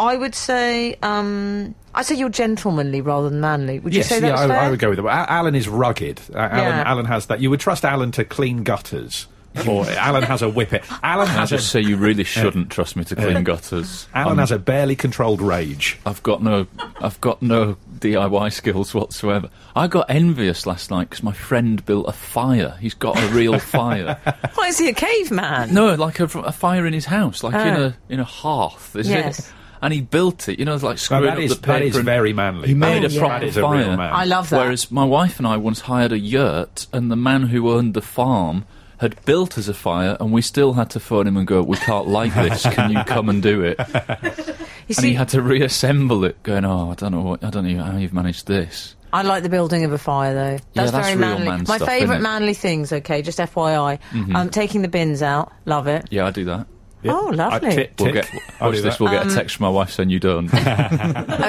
Speaker 2: I would say um, I say you're gentlemanly rather than manly. Would
Speaker 3: Yes,
Speaker 2: you say
Speaker 3: yeah,
Speaker 2: that's
Speaker 3: I,
Speaker 2: fair?
Speaker 3: I would go with it. But Al- Alan is rugged. Uh, Alan,
Speaker 2: Yeah.
Speaker 3: Alan has that. You would trust Alan to clean gutters, or Alan has a whippet. Alan
Speaker 4: I
Speaker 3: has a
Speaker 4: just say you really shouldn't trust me to clean gutters.
Speaker 3: Alan
Speaker 4: I'm-
Speaker 3: has a barely controlled rage.
Speaker 4: I've got no, I've got no DIY skills whatsoever. I got envious last night because my friend built a fire. He's got a real fire.
Speaker 2: Why is he a caveman?
Speaker 4: No, like a, a fire in his house, like in
Speaker 2: Oh.
Speaker 4: a in a hearth. Is
Speaker 2: Yes.
Speaker 4: it? And he built it. You know, like
Speaker 3: Now,
Speaker 4: screwing
Speaker 3: that
Speaker 4: up
Speaker 3: is
Speaker 4: the paper.
Speaker 3: that is
Speaker 4: and-
Speaker 3: very manly.
Speaker 4: He made
Speaker 2: Oh,
Speaker 4: a
Speaker 2: yeah.
Speaker 4: proper
Speaker 3: That is a
Speaker 4: fire.
Speaker 3: real man.
Speaker 2: I love that.
Speaker 4: Whereas my wife and I once hired a yurt, and the man who owned the farm had built us a fire, and we still had to phone him and go, "We can't like this. Can you come and do it?"
Speaker 2: you
Speaker 4: And he
Speaker 2: see,
Speaker 4: had to reassemble it, going, "Oh, I don't know what, I don't know how you've managed this."
Speaker 2: I like the building of a fire though.
Speaker 4: Yeah,
Speaker 2: That's
Speaker 4: that's
Speaker 2: very
Speaker 4: real
Speaker 2: manly.
Speaker 4: man
Speaker 2: My
Speaker 4: stuff,
Speaker 2: favourite
Speaker 4: innit?
Speaker 2: manly things. Okay, just FYI, um, taking the bins out. Love it.
Speaker 4: Yeah, I do that.
Speaker 2: Oh, lovely.
Speaker 3: I tick,
Speaker 4: We'll
Speaker 3: tick.
Speaker 4: get,
Speaker 3: I'll
Speaker 4: watch
Speaker 3: do
Speaker 4: this.
Speaker 3: that. Um,
Speaker 4: We'll get a text from my wife saying you don't.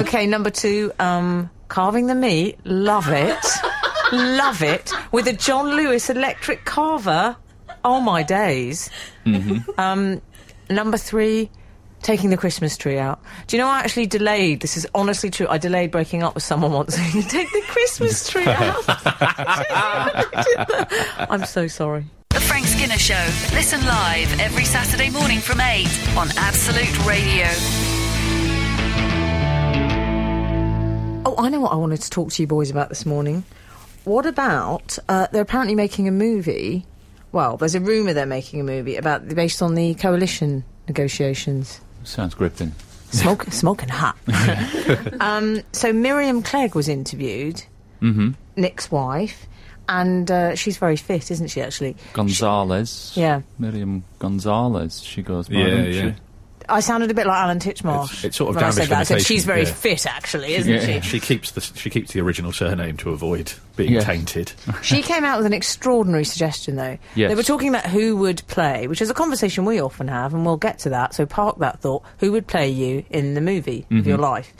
Speaker 2: okay, number two, um, carving the meat. Love it. Love it. With a John Lewis electric carver. Oh, my days. Um, number three, taking the Christmas tree out. Do you know I actually delayed? This is honestly true. I delayed breaking up with someone once. you take the Christmas tree out. I'm so sorry.
Speaker 1: The Frank Skinner Show. Listen live every Saturday morning from 8 on Absolute Radio.
Speaker 2: Oh, I know what I wanted to talk to you boys about this morning. What about uh, they're apparently making a movie? Well, there's a rumor they're making a movie about based on the coalition negotiations.
Speaker 4: Sounds gripping.
Speaker 2: Smoke, smoking hot. um, so Miriam Clegg was interviewed,
Speaker 3: Mm-hmm.
Speaker 2: Nick's wife, and uh, she's very fit, isn't she? Actually,
Speaker 4: Gonzalez.
Speaker 2: Yeah.
Speaker 4: Miriam Gonzalez. She goes by,
Speaker 3: Yeah,
Speaker 4: doesn't
Speaker 3: yeah.
Speaker 4: she?
Speaker 2: I sounded a bit like Alan Titchmarsh.
Speaker 3: It's- it's sort of
Speaker 2: when I
Speaker 3: damage
Speaker 2: said that. I said
Speaker 3: limitation,
Speaker 2: she's very
Speaker 3: yeah.
Speaker 2: fit, actually, isn't she?
Speaker 4: Yeah.
Speaker 3: She keeps the she keeps the original surname to avoid being
Speaker 4: Yeah.
Speaker 3: tainted.
Speaker 2: She came out with an extraordinary suggestion, though.
Speaker 4: Yes.
Speaker 2: They were talking about who would play, which is a conversation we often have, and we'll get to that. So park that thought. Who would play you in the movie of your life?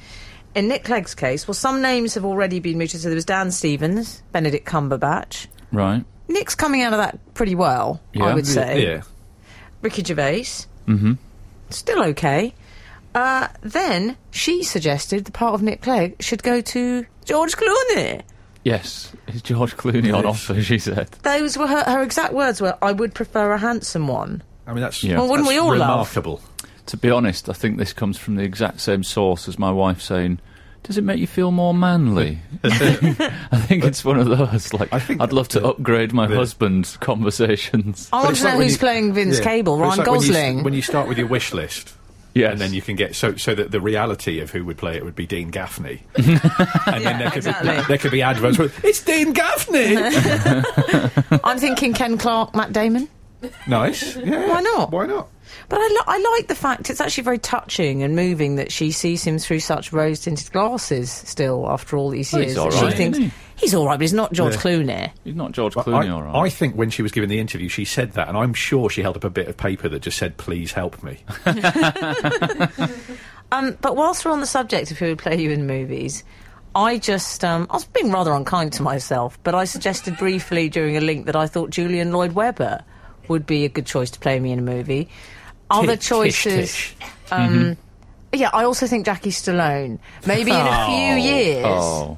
Speaker 2: In Nick Clegg's case, well, some names have already been mooted. So there was Dan Stevens, Benedict Cumberbatch.
Speaker 4: Right.
Speaker 2: Nick's coming out of that pretty well, I
Speaker 4: Yeah.
Speaker 2: would say.
Speaker 3: Yeah,
Speaker 2: Ricky Gervais. Mm-hmm. Still okay. Uh, then she suggested the part of Nick Clegg should go to George Clooney.
Speaker 4: Yes. Is George Clooney on offer, she said.
Speaker 2: Those were her, her exact words. Were I would prefer a handsome one.
Speaker 3: I mean that's
Speaker 4: Yeah. Well,
Speaker 2: wouldn't
Speaker 3: that's
Speaker 2: we all love?
Speaker 3: remarkable.
Speaker 4: To be honest, I think this comes from the exact same source as my wife saying, does it make you feel more manly? I think it's one of those. Like, I
Speaker 3: I think-
Speaker 4: would love to
Speaker 3: yeah.
Speaker 4: upgrade my
Speaker 3: Yeah.
Speaker 4: husband's conversations.
Speaker 2: I
Speaker 3: But
Speaker 2: want
Speaker 3: it's
Speaker 2: to know
Speaker 3: like when
Speaker 2: who's
Speaker 3: you-
Speaker 2: playing Vince
Speaker 3: yeah.
Speaker 2: Cable,
Speaker 3: But it's
Speaker 2: Ryan
Speaker 3: like when you-
Speaker 2: Gosling.
Speaker 3: When you start with your wish list.
Speaker 4: Yes.
Speaker 3: And then you can get so so that the reality of who would play it would be Dean Gaffney, and
Speaker 2: Yeah,
Speaker 3: then there could
Speaker 2: exactly.
Speaker 3: be there could be adverts. with, It's Dean Gaffney.
Speaker 2: I'm thinking Ken Clark, Matt Damon.
Speaker 3: nice. Yeah.
Speaker 2: Why not?
Speaker 3: Why not?
Speaker 2: But I, li- I like the fact it's actually very touching and moving that she sees him through such rose tinted glasses still after all these
Speaker 4: Well, he's
Speaker 2: years.
Speaker 4: all
Speaker 2: that
Speaker 4: right,
Speaker 2: she thinks
Speaker 4: isn't he?
Speaker 2: he's all right, but he's not George
Speaker 3: Yeah.
Speaker 2: Clooney.
Speaker 4: He's not George
Speaker 3: But
Speaker 4: Clooney,
Speaker 3: I,
Speaker 4: all right.
Speaker 3: I think when she was given the interview, she said that, and I'm sure she held up a bit of paper that just said, "Please help me."
Speaker 2: Um, but whilst we're on the subject of who would play you in movies, I just um, I was being rather unkind to myself, but I suggested briefly during a link that I thought Julian Lloyd Webber would be a good choice to play me in a movie. Other
Speaker 3: Tish, tish,
Speaker 2: choices.
Speaker 3: tish.
Speaker 2: Um, Yeah, I also think Jackie Stallone. Maybe in a few years.
Speaker 4: Oh.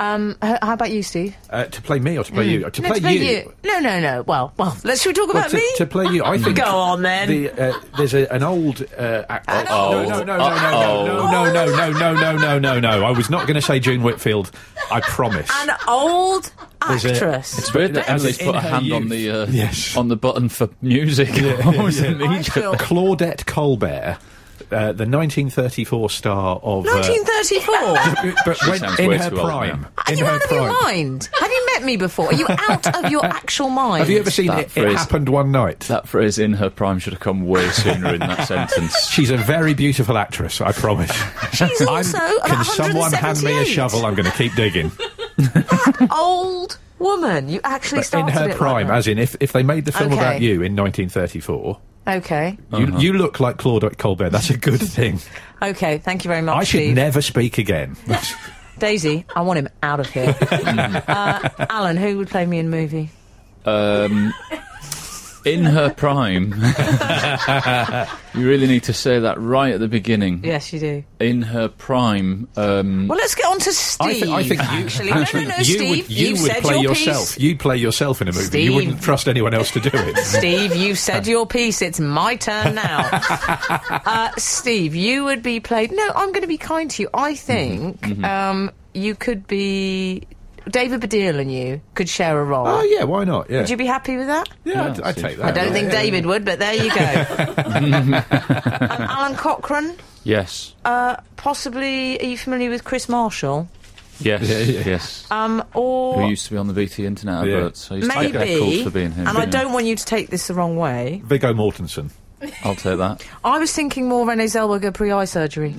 Speaker 2: Um, h- how about you, Steve?
Speaker 3: Uh, to play me or to play you? To
Speaker 2: Hmm. No,
Speaker 3: play,
Speaker 2: to play No, no, no. Well, well. Let's should we talk
Speaker 3: Well,
Speaker 2: about
Speaker 3: to,
Speaker 2: me?
Speaker 3: to play you, I think.
Speaker 2: Go on, then.
Speaker 3: The, uh, there's a, an old. Uh, ac-
Speaker 4: Uh-oh.
Speaker 3: No, no, no, no, no, no, no, no, no, no, no, no, no. I was not going to say June Whitfield. I promise.
Speaker 2: An old
Speaker 3: There's a-
Speaker 2: actress.
Speaker 4: It's weird that
Speaker 3: As
Speaker 4: Emily's
Speaker 3: in
Speaker 4: put a
Speaker 3: her
Speaker 4: hand on
Speaker 3: youth.
Speaker 4: the uh,
Speaker 3: Yes.
Speaker 4: on the button for music. I was in
Speaker 2: I
Speaker 4: Egypt.
Speaker 2: feel-
Speaker 3: Claudette Colbert, uh, the 1934 star of. Uh,
Speaker 2: 1934.
Speaker 3: but when,
Speaker 4: sounds
Speaker 3: in
Speaker 4: way
Speaker 3: her
Speaker 4: too old
Speaker 3: prime.
Speaker 4: now.
Speaker 2: Are
Speaker 3: in
Speaker 2: you
Speaker 3: her
Speaker 2: out of your
Speaker 3: prime.
Speaker 2: mind? Have you met me before? Are you out of your actual mind?
Speaker 3: Have you ever seen
Speaker 4: That
Speaker 3: it, it
Speaker 4: phrase.
Speaker 3: happened one night?
Speaker 4: That phrase in her prime should have come way sooner in that sentence.
Speaker 3: She's a very beautiful actress, I promise.
Speaker 2: She's also about
Speaker 3: Can someone hand me a
Speaker 2: 178.
Speaker 3: shovel? I'm going to keep digging.
Speaker 2: Old woman. You actually
Speaker 3: But in
Speaker 2: started it
Speaker 3: her
Speaker 2: like
Speaker 3: prime,
Speaker 2: that.
Speaker 3: as in if, if they made the film
Speaker 2: Okay.
Speaker 3: about you in 1934,
Speaker 2: Okay.
Speaker 4: Uh-huh.
Speaker 3: you, you look like Claudette Colbert. That's a good thing.
Speaker 2: Okay. Thank you very much.
Speaker 3: I should
Speaker 2: Steve.
Speaker 3: never speak again.
Speaker 2: Daisy, I want him out of here. uh, Alan, who would play me in movie?
Speaker 4: um, in her prime. you really need to say that right at the beginning.
Speaker 2: Yes, you do.
Speaker 4: In her prime. Um,
Speaker 2: Well, let's get on to Steve.
Speaker 3: I, thi- I think you,
Speaker 2: actually,
Speaker 3: Anthony,
Speaker 2: no, no, no,
Speaker 3: you
Speaker 2: Steve,
Speaker 3: would, you
Speaker 2: have
Speaker 3: would
Speaker 2: said
Speaker 3: play
Speaker 2: your
Speaker 3: yourself.
Speaker 2: piece.
Speaker 3: You'd play yourself in a movie.
Speaker 2: Steve.
Speaker 3: You wouldn't trust anyone else to do it.
Speaker 2: Steve, you said your piece. It's my turn now. uh, Steve, you would be played. No, I'm going to be kind to you. I
Speaker 3: Mm-hmm.
Speaker 2: think Um, you could be. David Baddiel and you could share a role.
Speaker 3: oh yeah, why not? Yeah,
Speaker 2: Would you be happy with that?
Speaker 3: yeah, I'd, I'd take that.
Speaker 2: I don't think
Speaker 3: Yeah.
Speaker 2: David would, but there you go. um, Alan Cochrane,
Speaker 4: yes.
Speaker 2: uh, possibly. Are you familiar with Chris Marshall?
Speaker 4: Yes.
Speaker 3: yeah.
Speaker 4: Yes.
Speaker 2: Um, or
Speaker 4: Who used to be on the BT Internet
Speaker 3: Yeah.
Speaker 4: adverts. I used to
Speaker 2: maybe.
Speaker 4: get called for being him.
Speaker 2: and I
Speaker 4: Yeah.
Speaker 2: don't want you to take this the wrong way.
Speaker 3: Viggo Mortensen.
Speaker 4: I'll take that.
Speaker 2: I was thinking more Renee Zellweger pre eye surgery.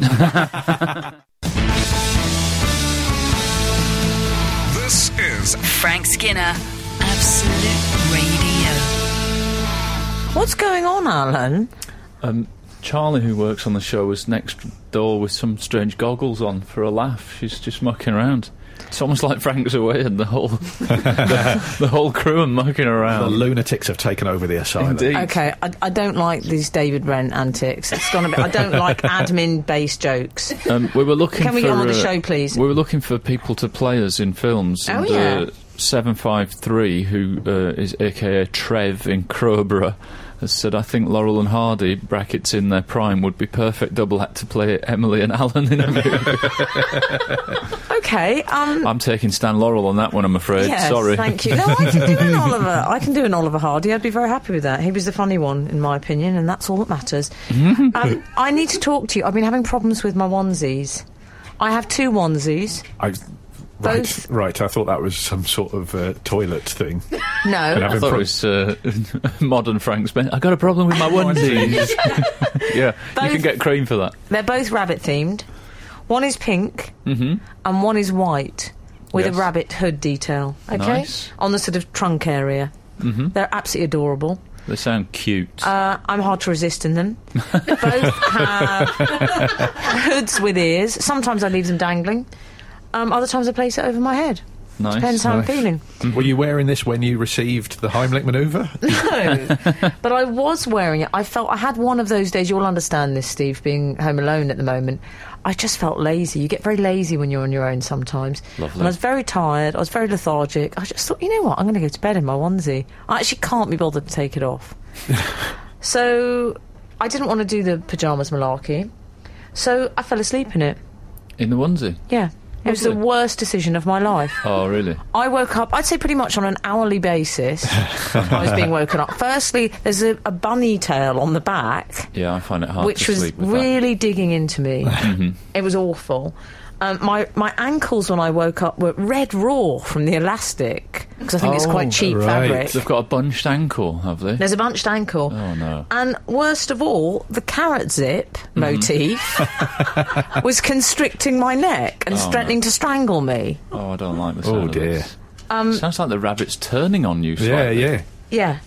Speaker 5: This is
Speaker 1: Frank Skinner, Absolute Radio.
Speaker 2: What's going on, Alan?
Speaker 4: Um, Charlie, who works on the show, was next door with some strange goggles on for a laugh. She's just mucking around. It's almost like Frank's away and the whole the, the whole crew are mucking
Speaker 3: The
Speaker 4: around.
Speaker 3: lunatics have taken over the asylum.
Speaker 4: Um, Indeed.
Speaker 2: Okay, I, I don't like these David Rent antics. It's gone a bit. I don't like admin-based jokes.
Speaker 4: Um, we were looking.
Speaker 2: Can we
Speaker 4: for,
Speaker 2: get on with the
Speaker 4: uh,
Speaker 2: show, please?
Speaker 4: We were looking for people to play us in films.
Speaker 2: Oh,
Speaker 4: and,
Speaker 2: yeah.
Speaker 4: Uh, Seven five three, who uh, is aka Trev in Crowborough, has said, "I think Laurel and Hardy brackets in their prime would be perfect double act to play Emily and Alan in a movie."
Speaker 2: Okay. Um.
Speaker 4: I'm taking Stan Laurel on that one. I'm afraid.
Speaker 2: yes,
Speaker 4: Sorry.
Speaker 2: Thank you. No, I can do an Oliver. I can do an Oliver Hardy. I'd be very happy with that. He was the funny one, in my opinion, and that's all that matters. um, I need to talk to you. I've been having problems with my onesies. I have two onesies.
Speaker 3: I, right,
Speaker 2: Both-
Speaker 3: right. I thought that was some sort of uh, toilet thing.
Speaker 2: No,
Speaker 3: I've
Speaker 4: I thought it was uh, modern Frank Spencer. I got a problem with my onesies. yeah, you can
Speaker 2: Both-
Speaker 4: get cream for that.
Speaker 2: They're both rabbit themed. One is pink and one is white with
Speaker 4: Mm-hmm. Yes.
Speaker 2: a rabbit hood detail. Okay.
Speaker 4: Nice.
Speaker 2: On the sort of trunk area. Mm-hmm. They're absolutely adorable.
Speaker 4: They sound cute.
Speaker 2: Uh, I'm hard to resist in them. both have hoods with ears. Sometimes I leave them dangling. Um, other times I place it over my head.
Speaker 4: nice.
Speaker 2: Depends how
Speaker 3: nice.
Speaker 2: I'm feeling.
Speaker 3: Were you wearing this when you received the Heimlich manoeuvre?
Speaker 2: No, but I was wearing it. I felt I had one of those days. You'll understand this, Steve, being home alone at the moment. I just felt lazy. You get very lazy when you're on your own sometimes.
Speaker 4: Lovely.
Speaker 2: And I was very tired. I was very lethargic. I just thought, you know what? I'm going to go to bed in my onesie. I actually can't be bothered to take it off. so I didn't want to do the pajamas malarkey. So I fell asleep in it.
Speaker 4: In the onesie.
Speaker 2: Yeah. It was the
Speaker 4: Lovely.
Speaker 2: worst decision of my life.
Speaker 4: Oh, really?
Speaker 2: I woke up, I'd say pretty much on an hourly basis. I was being woken up. Firstly, there's a, a bunny tail on the back,
Speaker 4: Yeah, I find it hard
Speaker 2: which
Speaker 4: to
Speaker 2: was
Speaker 4: sleep with that. Mm-hmm.
Speaker 2: really digging into me. it was awful. Um, my, my ankles when I woke up were red raw from the elastic, because I think it's
Speaker 4: Oh,
Speaker 2: quite cheap
Speaker 3: right.
Speaker 2: fabric.
Speaker 4: They've got a bunched ankle, have they?
Speaker 2: There's a bunched ankle.
Speaker 4: Oh, no. Mm-hmm.
Speaker 2: And worst of all, the carrot zip motif was constricting my neck and
Speaker 4: Oh, no.
Speaker 2: threatening to strangle me.
Speaker 4: Oh, I don't like this.
Speaker 3: Oh, dear.
Speaker 2: Um,
Speaker 4: Sounds like the rabbit's turning on you.
Speaker 3: yeah,
Speaker 4: slightly.
Speaker 3: yeah.
Speaker 2: Yeah.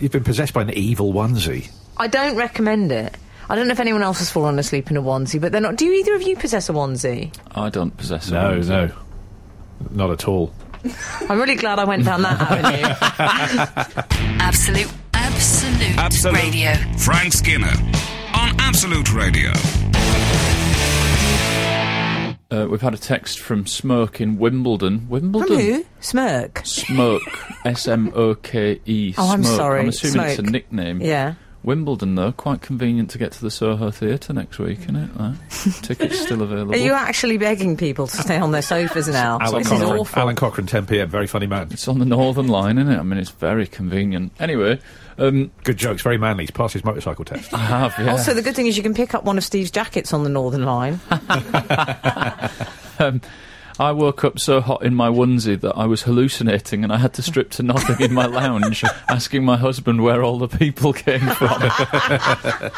Speaker 3: You've been possessed by an evil onesie.
Speaker 2: I don't recommend it. I don't know if anyone else has fallen asleep in a onesie, but they're not. Do either of you possess a onesie?
Speaker 4: I don't possess. a
Speaker 3: No,
Speaker 4: onesie.
Speaker 3: no, not at all.
Speaker 2: I'm really glad I went down that avenue.
Speaker 1: Absolute, absolute,
Speaker 5: Absolute
Speaker 1: radio.
Speaker 5: Frank Skinner on Absolute Radio.
Speaker 4: Uh, we've had a text from Smoke in Wimbledon. Wimbledon.
Speaker 2: From who? Smirk.
Speaker 4: Smoke. S M O K E.
Speaker 2: Oh, I'm sorry,
Speaker 4: I'm assuming it's a
Speaker 2: Smoke.
Speaker 4: nickname.
Speaker 2: Yeah.
Speaker 4: Wimbledon, though, quite convenient to get to the Soho Theatre next week, isn't it? That? Tickets still available.
Speaker 2: Are you actually begging people to stay on their sofas now?
Speaker 3: Alan
Speaker 2: this is
Speaker 3: Cochrane,
Speaker 2: awful.
Speaker 3: Alan Cochrane, 10 p.m. Very funny man.
Speaker 4: it's on the Northern Line, isn't it? I mean, it's very convenient. Anyway, um,
Speaker 3: Good jokes. Very manly. He's passed his motorcycle test.
Speaker 4: I have, yeah.
Speaker 2: Also, the good thing is you can pick up one of Steve's jackets on the Northern Line.
Speaker 4: I woke up so hot in my onesie that I was hallucinating and I had to strip to nothing in my lounge, asking my husband where all the people came from.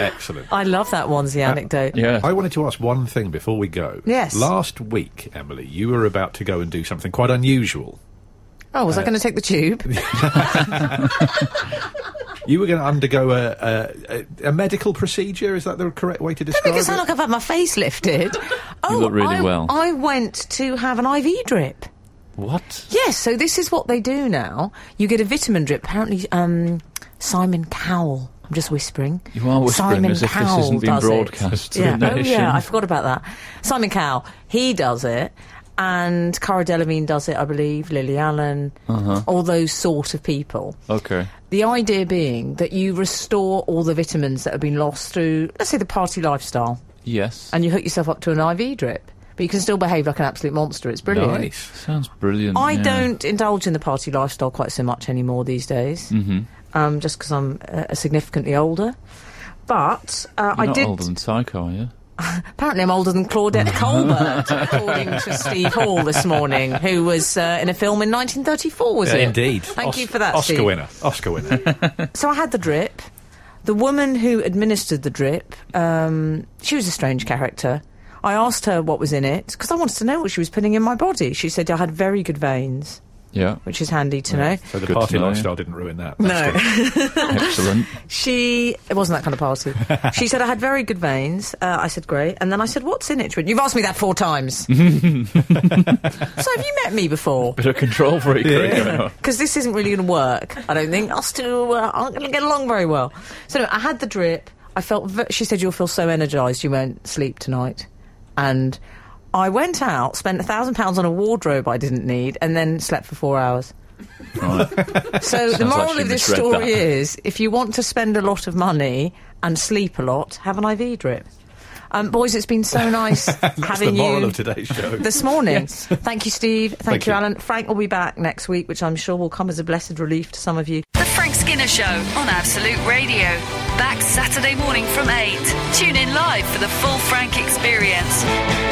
Speaker 3: Excellent.
Speaker 2: I love that onesie anecdote.
Speaker 4: Uh, Yeah.
Speaker 3: I wanted to ask one thing before we go.
Speaker 2: Yes.
Speaker 3: Last week, Emily, you were about to go and do something quite unusual.
Speaker 2: Oh, was I going to take the tube?
Speaker 3: You were going to undergo a, a, a, a medical procedure. Is that the correct way to describe
Speaker 2: Make it
Speaker 3: it?
Speaker 2: sound like I've had my face lifted. Oh,
Speaker 4: look really
Speaker 2: I,
Speaker 4: well.
Speaker 2: I went to have an IV drip.
Speaker 4: What?
Speaker 2: Yes, so this is what they do now. You get a vitamin drip. Apparently, um, Simon Cowell. I'm just whispering.
Speaker 4: You are whispering
Speaker 2: Simon
Speaker 4: as if this
Speaker 2: Cowell
Speaker 4: isn't being
Speaker 2: does it.
Speaker 4: broadcast to
Speaker 2: Yeah.
Speaker 4: the
Speaker 2: Oh
Speaker 4: nation.
Speaker 2: yeah, I forgot about that. Simon Cowell. He does it, and Cara Delevingne does it, I believe. Lily Allen,
Speaker 4: Uh-huh.
Speaker 2: all those sort of people.
Speaker 4: Okay.
Speaker 2: The idea being that you restore all the vitamins that have been lost through, let's say, the party lifestyle,
Speaker 4: Yes.
Speaker 2: and you hook yourself up to an IV drip, but you can still behave like an absolute monster. It's brilliant.
Speaker 3: Nice.
Speaker 4: Sounds brilliant.
Speaker 2: I
Speaker 4: yeah.
Speaker 2: don't indulge in the party lifestyle quite so much anymore these days, mm-hmm. um, just because I'm uh, significantly older. But uh,
Speaker 4: You're
Speaker 2: I
Speaker 4: not
Speaker 2: did.
Speaker 4: older than Psycho, are you?
Speaker 2: Apparently, I'm older than Claudette Colbert, according to Steve Hall this morning, who was uh, in a film in 1934, was it?
Speaker 3: Indeed.
Speaker 2: Thank
Speaker 3: Os-
Speaker 2: you for that,
Speaker 3: Oscar
Speaker 2: Steve.
Speaker 3: winner. Oscar winner.
Speaker 2: So I had the drip. The woman who administered the drip, um, she was a strange character. I asked her what was in it because I wanted to know what she was putting in my body. She said I had very good veins,
Speaker 4: Yeah.
Speaker 2: which is handy to know.
Speaker 3: so the
Speaker 4: Good to
Speaker 3: party
Speaker 4: know, yeah.
Speaker 3: lifestyle didn't ruin that.
Speaker 2: No.
Speaker 4: Excellent.
Speaker 2: She it wasn't that kind of party. she said I had very good veins. Uh, I said great, and then I said, "What's in it?" She went, You've asked me that four times. so have you met me before?
Speaker 4: Bit of control freak yeah. going on.
Speaker 2: Because this isn't really going to work. I don't think us two uh, aren't going to get along very well. So anyway, I had the drip. I felt. Ve- she said, "You'll feel so energised. You won't sleep tonight." And I went out, spent a thousand pounds on a wardrobe I didn't need, and then slept for four hours.
Speaker 4: Right.
Speaker 2: So the
Speaker 4: Sounds like
Speaker 2: moral
Speaker 4: she
Speaker 2: of this
Speaker 4: misread
Speaker 2: story
Speaker 4: that.
Speaker 2: is: if you want to spend a lot of money and sleep a lot, have an IV drip. Um, boys, it's been so nice
Speaker 3: That's the
Speaker 2: having
Speaker 3: moral
Speaker 2: you
Speaker 3: of today's show.
Speaker 2: this morning. Thank you, Steve. Thank,
Speaker 3: Thank
Speaker 2: you,
Speaker 3: you.
Speaker 2: Alan. Frank will be back next week, which I'm sure will come as a blessed relief to some of you.
Speaker 1: The Frank Skinner Show on Absolute Radio. Back Saturday morning from 8. Tune in live for the full Frank experience.